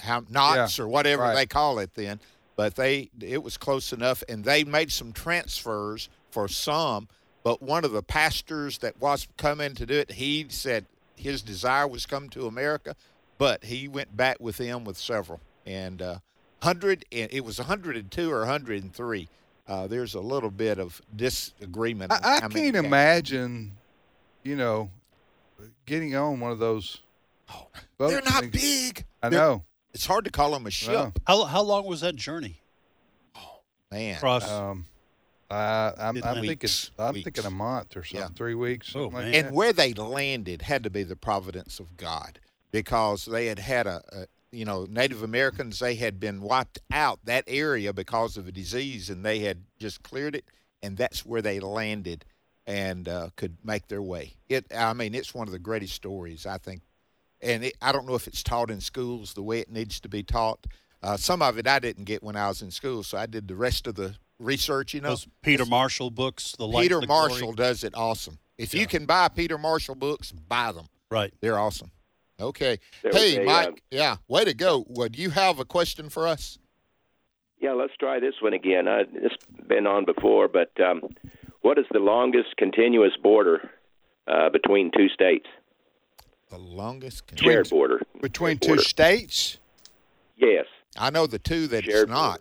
Speaker 8: how knots or whatever
Speaker 2: right.
Speaker 8: they call it then, but they it was close enough, and they made some transfers for some. But one of the pastors that was coming to do it, he said his desire was come to America, but he went back with them with several and uh, hundred. And it was hundred and two or hundred and three. Uh, there's a little bit of disagreement. on
Speaker 2: I, I
Speaker 8: how many
Speaker 2: can't
Speaker 8: came.
Speaker 2: imagine, you know, getting on one of those. boat
Speaker 8: Oh, They're not
Speaker 2: things.
Speaker 8: big.
Speaker 2: I
Speaker 8: They're-
Speaker 2: know.
Speaker 8: It's hard to call them a ship. Oh,
Speaker 2: Yeah.
Speaker 5: How, how long was that journey?
Speaker 8: Man,
Speaker 5: Across-
Speaker 2: Um, uh, I'm, I'm thinking.
Speaker 8: Weeks.
Speaker 2: I'm
Speaker 8: Weeks.
Speaker 2: thinking a month or something. Three weeks.
Speaker 5: Oh,
Speaker 2: Something like
Speaker 8: and
Speaker 2: that.
Speaker 8: where they landed had to be the providence of God because they had had a, a you know Native Americans they had been wiped out that area because of a disease and they had just cleared it and that's where they landed and uh, could make their way. It I mean it's one of the greatest stories I think, and it, I don't know if it's taught in schools the way it needs to be taught. Uh, some of it I didn't get when I was in school, so I did the rest of the research. You know,
Speaker 5: Those Peter Marshall books, the Light,
Speaker 8: Peter
Speaker 5: the Glory.
Speaker 8: Marshall does it awesome. If you can buy Peter Marshall books, buy them.
Speaker 5: Right.
Speaker 8: They're awesome. Okay.
Speaker 16: There was
Speaker 8: hey,
Speaker 16: a,
Speaker 8: Mike.
Speaker 16: uh,
Speaker 8: yeah, way to go. Well, do you have a question for us?
Speaker 16: Yeah, let's try this one again. I, it's been on before, but um, what is the longest continuous border uh, between two states?
Speaker 8: The longest
Speaker 16: Shared border.
Speaker 2: Between two states.
Speaker 16: Yes.
Speaker 8: I know the two that it's not.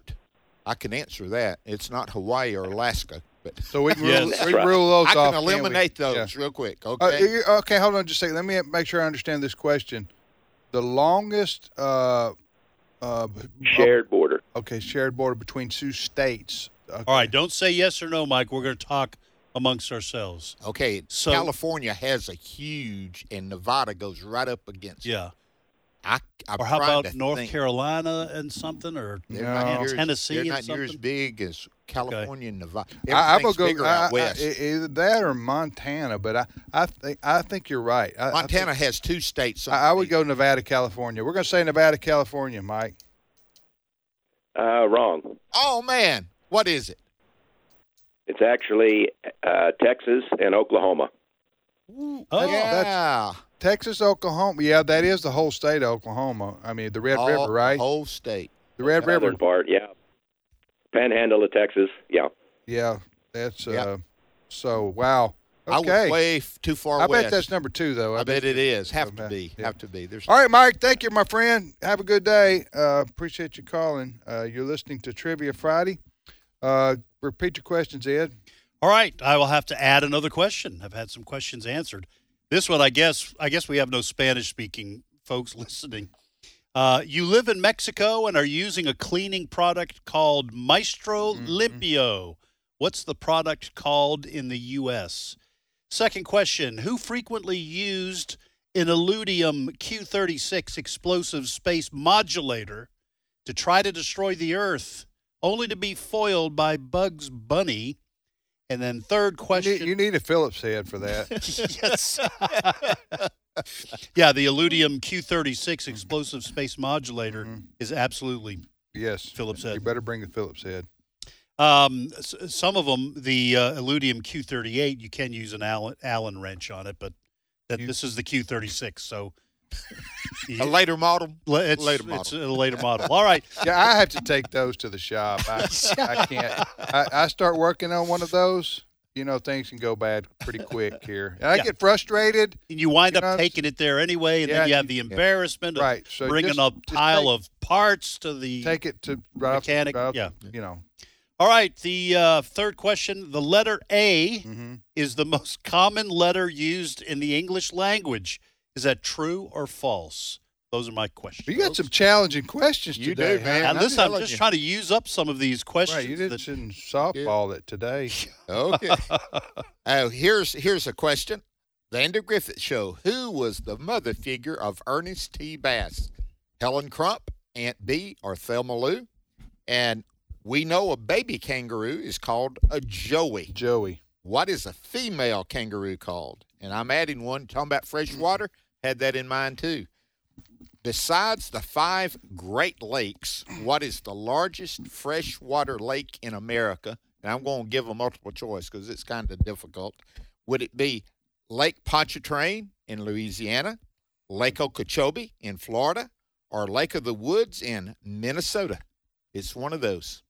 Speaker 8: I can answer that. It's not Hawaii or Alaska. But
Speaker 2: so we can rule- Yes. we can rule those
Speaker 8: I can
Speaker 2: off, can't we?
Speaker 8: eliminate
Speaker 2: Yeah.
Speaker 8: those real quick.
Speaker 2: Uh,
Speaker 8: Okay.
Speaker 2: you- okay, hold on just a second. Let me make sure I understand this question. The longest uh, uh,
Speaker 16: shared border.
Speaker 2: Okay, shared border between two states.
Speaker 5: All right, don't say yes or no, Mike. We're going to talk amongst ourselves.
Speaker 8: Okay,
Speaker 5: so
Speaker 8: California has a huge, and Nevada goes right up against.
Speaker 5: Yeah.
Speaker 8: I, I'm
Speaker 5: or how
Speaker 8: trying
Speaker 5: about
Speaker 8: to
Speaker 5: North
Speaker 8: think.
Speaker 5: Carolina and something, or
Speaker 8: They're not near as-
Speaker 5: Tennessee
Speaker 8: They're
Speaker 5: and
Speaker 8: not
Speaker 5: something?
Speaker 8: near as big as California and Nevada.
Speaker 2: I, I'm gonna
Speaker 8: Everything's
Speaker 2: go
Speaker 8: bigger
Speaker 2: I-
Speaker 8: out
Speaker 2: I-
Speaker 8: west.
Speaker 2: e- either that or Montana, but I, I think I think you're right. I,
Speaker 8: Montana has two states.
Speaker 2: I, I would go Nevada, California. We're gonna say Nevada, California, Mike.
Speaker 16: Uh, wrong.
Speaker 8: oh man, what is it?
Speaker 16: It's actually uh, Texas and Oklahoma.
Speaker 2: Oh, Texas, Oklahoma. Yeah, that is the whole state of Oklahoma. I mean, the Red
Speaker 8: All-
Speaker 2: River, right?
Speaker 8: Whole state.
Speaker 2: The Red River.
Speaker 16: Southern part, yeah. Panhandle of Texas, yeah.
Speaker 2: Yeah, that's uh. So wow. Okay.
Speaker 8: I was way f- too far
Speaker 2: I
Speaker 8: west.
Speaker 2: bet that's number two though.
Speaker 8: I, bet it is. Have
Speaker 2: Yeah.
Speaker 8: to be. Have to be. There's
Speaker 2: All right, Mike. Thank you, my friend. Have a good day. Uh, appreciate you calling. Uh, you're listening to Trivia Friday. Uh, repeat your questions, Ed.
Speaker 5: All right, I will have to add another question. I've had some questions answered. This one, I guess, I guess we have no Spanish-speaking folks listening. Uh, you live in Mexico and are using a cleaning product called Maestro
Speaker 2: Mm-hmm.
Speaker 5: Limpio. What's the product called in the U.S.? Second question: Who frequently used an Illudium Q36 explosive space modulator to try to destroy the Earth, only to be foiled by Bugs Bunny? And then third question.
Speaker 2: You need a Phillips head for that.
Speaker 5: yes. yeah, the Illudium Q36 explosive space modulator is absolutely
Speaker 2: Mm-hmm. yes
Speaker 5: Phillips head. You
Speaker 2: better bring the Phillips head.
Speaker 5: Um, s- some of them, the uh, Illudium Q38, you can use an Allen, Allen wrench on it, but that this is the Q36, so
Speaker 8: a later model.
Speaker 5: Le- it's-
Speaker 8: later model.
Speaker 5: It's a later model. All right.
Speaker 2: Yeah, I have to take those to the shop. I, I can't. I, I start working on one of those. You know, things can go bad pretty quick here. And I
Speaker 5: Yeah.
Speaker 2: get frustrated.
Speaker 5: And you wind
Speaker 2: You
Speaker 5: up
Speaker 2: know,
Speaker 5: taking it there anyway, and
Speaker 2: yeah,
Speaker 5: then you have the
Speaker 2: you- yeah.
Speaker 5: embarrassment of
Speaker 2: Right, so
Speaker 5: bringing
Speaker 2: just-
Speaker 5: a
Speaker 2: just
Speaker 5: pile
Speaker 2: take-
Speaker 5: of parts to the
Speaker 2: Take it to right off-
Speaker 5: mechanic.
Speaker 2: right off-
Speaker 5: yeah.
Speaker 2: You know.
Speaker 5: All right. The uh, third question the letter A
Speaker 2: Mm-hmm.
Speaker 5: is the most common letter used in the English language. Is that true or false? Those are my questions.
Speaker 2: You got some challenging questions
Speaker 5: You
Speaker 2: today.
Speaker 5: do, man.
Speaker 2: huh?
Speaker 5: And listen, I'm just trying to use up some of these questions.
Speaker 2: Right, you didn't softball it today.
Speaker 8: Okay. oh, here's here's a question. The Andy Griffith Show. Who was the mother figure of Ernest T. Bass? Helen Crump, Aunt B, or Thelma Lou? And we know a baby kangaroo is called a joey.
Speaker 2: Joey.
Speaker 8: What is a female kangaroo called? And I'm adding one talking about freshwater. Had that in mind too. Besides the five Great Lakes, what is the largest freshwater lake in America? And I'm going to give a multiple choice because it's kind of difficult. Would it be Lake Pontchartrain in Louisiana, Lake Okeechobee in Florida, or Lake of the Woods in Minnesota? It's one of those.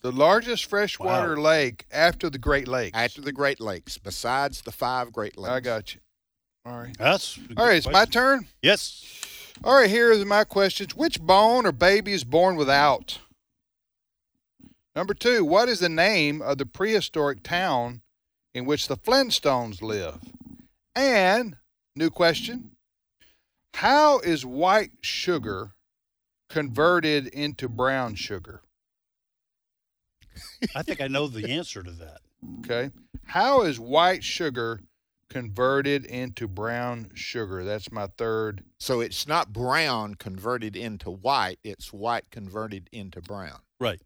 Speaker 2: The largest freshwater lake after the Great Lakes.
Speaker 8: After the Great Lakes, besides the five Great Lakes. I
Speaker 2: got you. All right.
Speaker 5: That's
Speaker 2: All right, it's my turn.
Speaker 5: Yes.
Speaker 2: All right, here is my questions. Which bone or baby is born without? Number two, what is the name of the prehistoric town in which the Flintstones live? And, new question, how is white sugar converted into brown sugar?
Speaker 5: I think I know the answer to that.
Speaker 2: Okay. How is white sugar converted into brown sugar? That's my third.
Speaker 8: So it's not brown converted into white, it's white converted into brown.
Speaker 5: Right.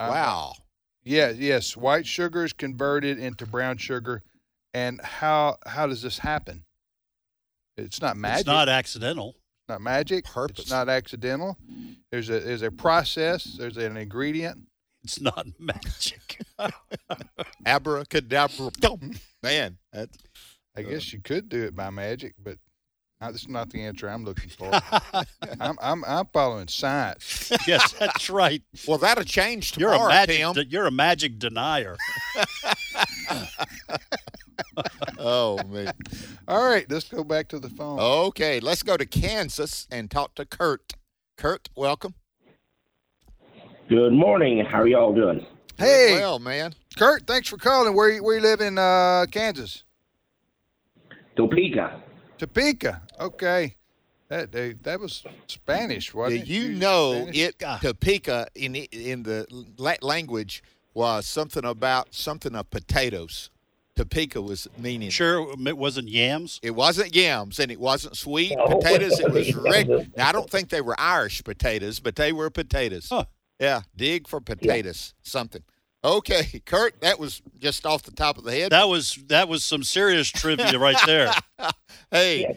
Speaker 8: Wow.
Speaker 2: Yeah, yes. White sugar is converted into brown sugar. And how how does this happen? It's not magic.
Speaker 5: It's not accidental.
Speaker 2: not magic. It's not accidental. There's a there's a process. There's an ingredient.
Speaker 5: It's not magic.
Speaker 8: Abracadabra. Man, Uh. that,
Speaker 2: I guess you could do it by magic, but uh, that's not the answer I'm looking for. I'm, I'm I'm following science.
Speaker 5: yes, that's right.
Speaker 8: Well, that'll change
Speaker 5: You're a
Speaker 8: tomorrow,
Speaker 5: magic.
Speaker 8: Tim.
Speaker 5: de- you're a magic denier.
Speaker 8: Oh, man.
Speaker 2: All right, let's go back to the phone.
Speaker 8: Okay, let's go to Kansas and talk to Kurt. Kurt, welcome.
Speaker 17: Good morning. How are y'all doing?
Speaker 2: Hey,
Speaker 8: well, man,
Speaker 2: Kurt, thanks for calling. Where you, where you live in uh, Kansas?
Speaker 17: Topeka.
Speaker 2: Topeka. Okay. That that, that was Spanish,
Speaker 8: Yeah,
Speaker 2: wasn't it?
Speaker 8: you
Speaker 2: Used
Speaker 8: know
Speaker 2: Spanish?
Speaker 8: it
Speaker 5: Ah.
Speaker 8: Topeka in the, in the la- language was something about something of potatoes. Topeka was meaning
Speaker 5: sure um, it wasn't yams.
Speaker 8: It wasn't yams and it wasn't sweet
Speaker 5: Oh,
Speaker 8: potatoes. It was
Speaker 5: it
Speaker 8: reg-
Speaker 5: wasn't.
Speaker 8: now, I don't think they were Irish potatoes, but they were potatoes. Yeah, dig for potatoes, something. Okay, Kurt, that was just off the top of the head.
Speaker 5: That was that was some serious trivia right there.
Speaker 8: hey,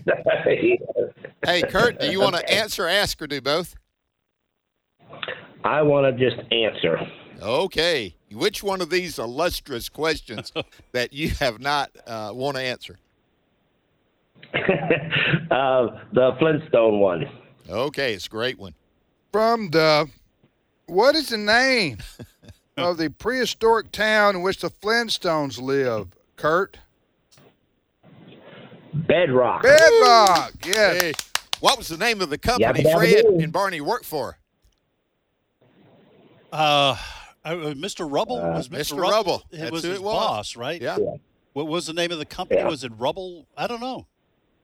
Speaker 8: hey, Kurt, do you want to answer, ask, or do both?
Speaker 17: I want to just answer.
Speaker 8: Okay. Which one of these illustrious questions that you have not uh, want to answer?
Speaker 17: Uh, the Flintstone one.
Speaker 8: Okay, it's a great one.
Speaker 2: From the what is the name of the prehistoric town in which the Flintstones live? Kurt.
Speaker 17: Bedrock.
Speaker 2: Bedrock. Yes.
Speaker 8: What was the name of the company
Speaker 5: Yabba dabba
Speaker 8: Fred
Speaker 5: doo.
Speaker 8: and Barney worked for?
Speaker 5: Uh, I- uh, Mr. Rubble
Speaker 8: Uh,
Speaker 5: was Mr.
Speaker 8: Mr.
Speaker 5: Rubble.
Speaker 8: Rubble.
Speaker 5: It
Speaker 8: That's
Speaker 5: was
Speaker 8: who
Speaker 5: his
Speaker 8: it was.
Speaker 5: boss, right?
Speaker 8: Yeah.
Speaker 5: What was the name of the company?
Speaker 8: Yeah.
Speaker 5: Was it Rubble? I don't know.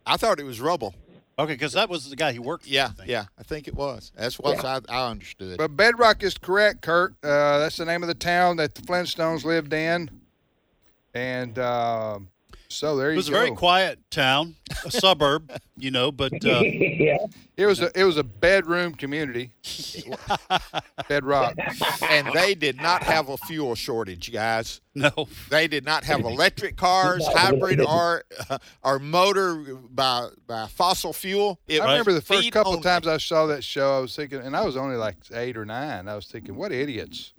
Speaker 8: I thought it was Rubble.
Speaker 5: Okay, because that was the guy he worked.
Speaker 8: Yeah, yeah, I think it was. That's what I, I understood.
Speaker 2: But Bedrock is correct, Kurt. Uh, that's the name of the town that the Flintstones lived in. And um, so there
Speaker 5: It
Speaker 2: you
Speaker 5: was a
Speaker 2: go.
Speaker 5: very quiet town, a suburb, you know, but uh,
Speaker 2: It was a it was a bedroom community. Bedrock.
Speaker 8: and they did not have a fuel shortage, guys.
Speaker 5: No,
Speaker 8: they did not have electric cars, hybrid, or uh, or motor by by fossil fuel. It
Speaker 2: I remember
Speaker 8: was
Speaker 2: the first
Speaker 8: feed
Speaker 2: couple
Speaker 8: only.
Speaker 2: times I saw that show, I was thinking, and I was only like eight or nine. I was thinking, what idiots!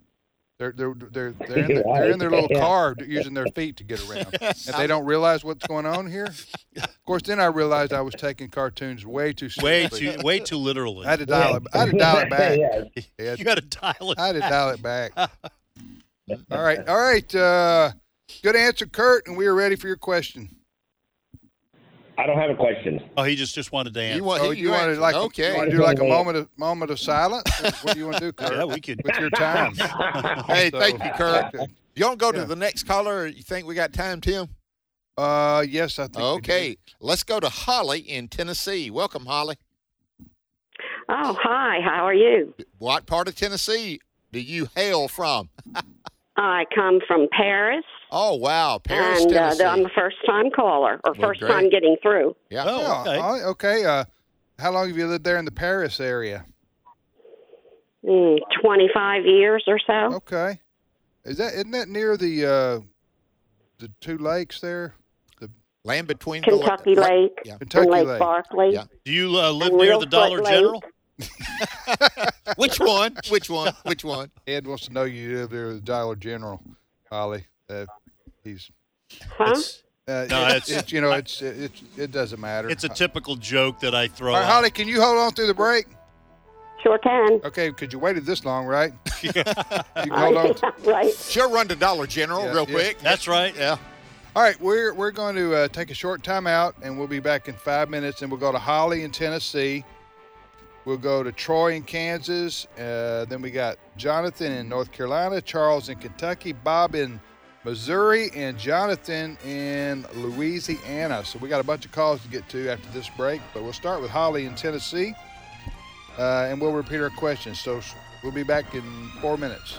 Speaker 2: They're they're they're they're in, their- they're in their little
Speaker 8: Yeah.
Speaker 2: car d- using their feet to get around, and they don't realize what's going on here. Of course, then I realized I was taking cartoons way too
Speaker 5: way
Speaker 2: seriously.
Speaker 5: too way too literally.
Speaker 2: I had to dial it. I had to dial it back. Yeah.
Speaker 5: You had to dial it.
Speaker 2: I had to dial it back. All right, all right. Uh, good answer, Kurt, and we are ready for your question.
Speaker 17: I don't have a question.
Speaker 5: Oh, he just just wanted to answer.
Speaker 2: You want, oh, you want to like you want to do like a moment of moment of silence? what do you want to do, Kurt?
Speaker 5: Yeah, we could.
Speaker 2: With your time.
Speaker 8: hey, thank you, Kurt. You want to go to the next caller? Or you think we got time, Tim?
Speaker 2: Uh, yes, I think. we
Speaker 8: Okay, let's go to Holly in Tennessee. Welcome, Holly.
Speaker 18: Oh, hi. How are you?
Speaker 8: What part of Tennessee do you hail from?
Speaker 18: I come from Paris.
Speaker 8: Oh, wow. Paris,
Speaker 18: and, uh,
Speaker 8: Tennessee.
Speaker 18: the- I'm a first time caller or
Speaker 8: Well,
Speaker 18: first
Speaker 8: great.
Speaker 18: time getting through.
Speaker 8: Yeah.
Speaker 2: Oh, okay. okay. Uh, how long have you lived there in the Paris area?
Speaker 18: Mm, 25 years or so.
Speaker 2: Okay. Is that isn't that near the uh, the two lakes there? The
Speaker 8: land between
Speaker 18: the- Kentucky La- Lake and
Speaker 2: Kentucky
Speaker 18: Lake
Speaker 2: Lake
Speaker 18: Barkley.
Speaker 8: Yeah.
Speaker 5: Do you uh, live
Speaker 18: And
Speaker 5: near
Speaker 18: Real
Speaker 5: the Dollar
Speaker 18: Foot Lake.
Speaker 5: General?
Speaker 8: Which one? Which one? Which one?
Speaker 2: Ed wants to know you live there, the Dollar General, Holly. Uh, he's
Speaker 18: Huh?
Speaker 2: uh,
Speaker 5: No,
Speaker 2: it-
Speaker 5: it's-
Speaker 2: it's, you know it's it, it doesn't matter.
Speaker 5: It's a typical joke that I throw.
Speaker 2: All right,
Speaker 5: out.
Speaker 2: Holly, can you hold on through the break?
Speaker 18: Sure can.
Speaker 2: Okay, because you waited this long, right? you can hold on.
Speaker 18: Uh, right.
Speaker 8: She'll run to Dollar General
Speaker 2: Yeah,
Speaker 8: real
Speaker 2: yeah.
Speaker 8: quick.
Speaker 5: That's right.
Speaker 8: Yeah.
Speaker 2: All right, we're we're going to uh, take a short time out, and we'll be back in five minutes. And we'll go to Holly in Tennessee. We'll go to Troy in Kansas. Uh, then we got Jonathan in North Carolina, Charles in Kentucky, Bob in Missouri, and Jonathan in Louisiana. So we got a bunch of calls to get to after this break, but we'll start with Holly in Tennessee, uh, and we'll repeat our questions. So s- we'll be back in four minutes.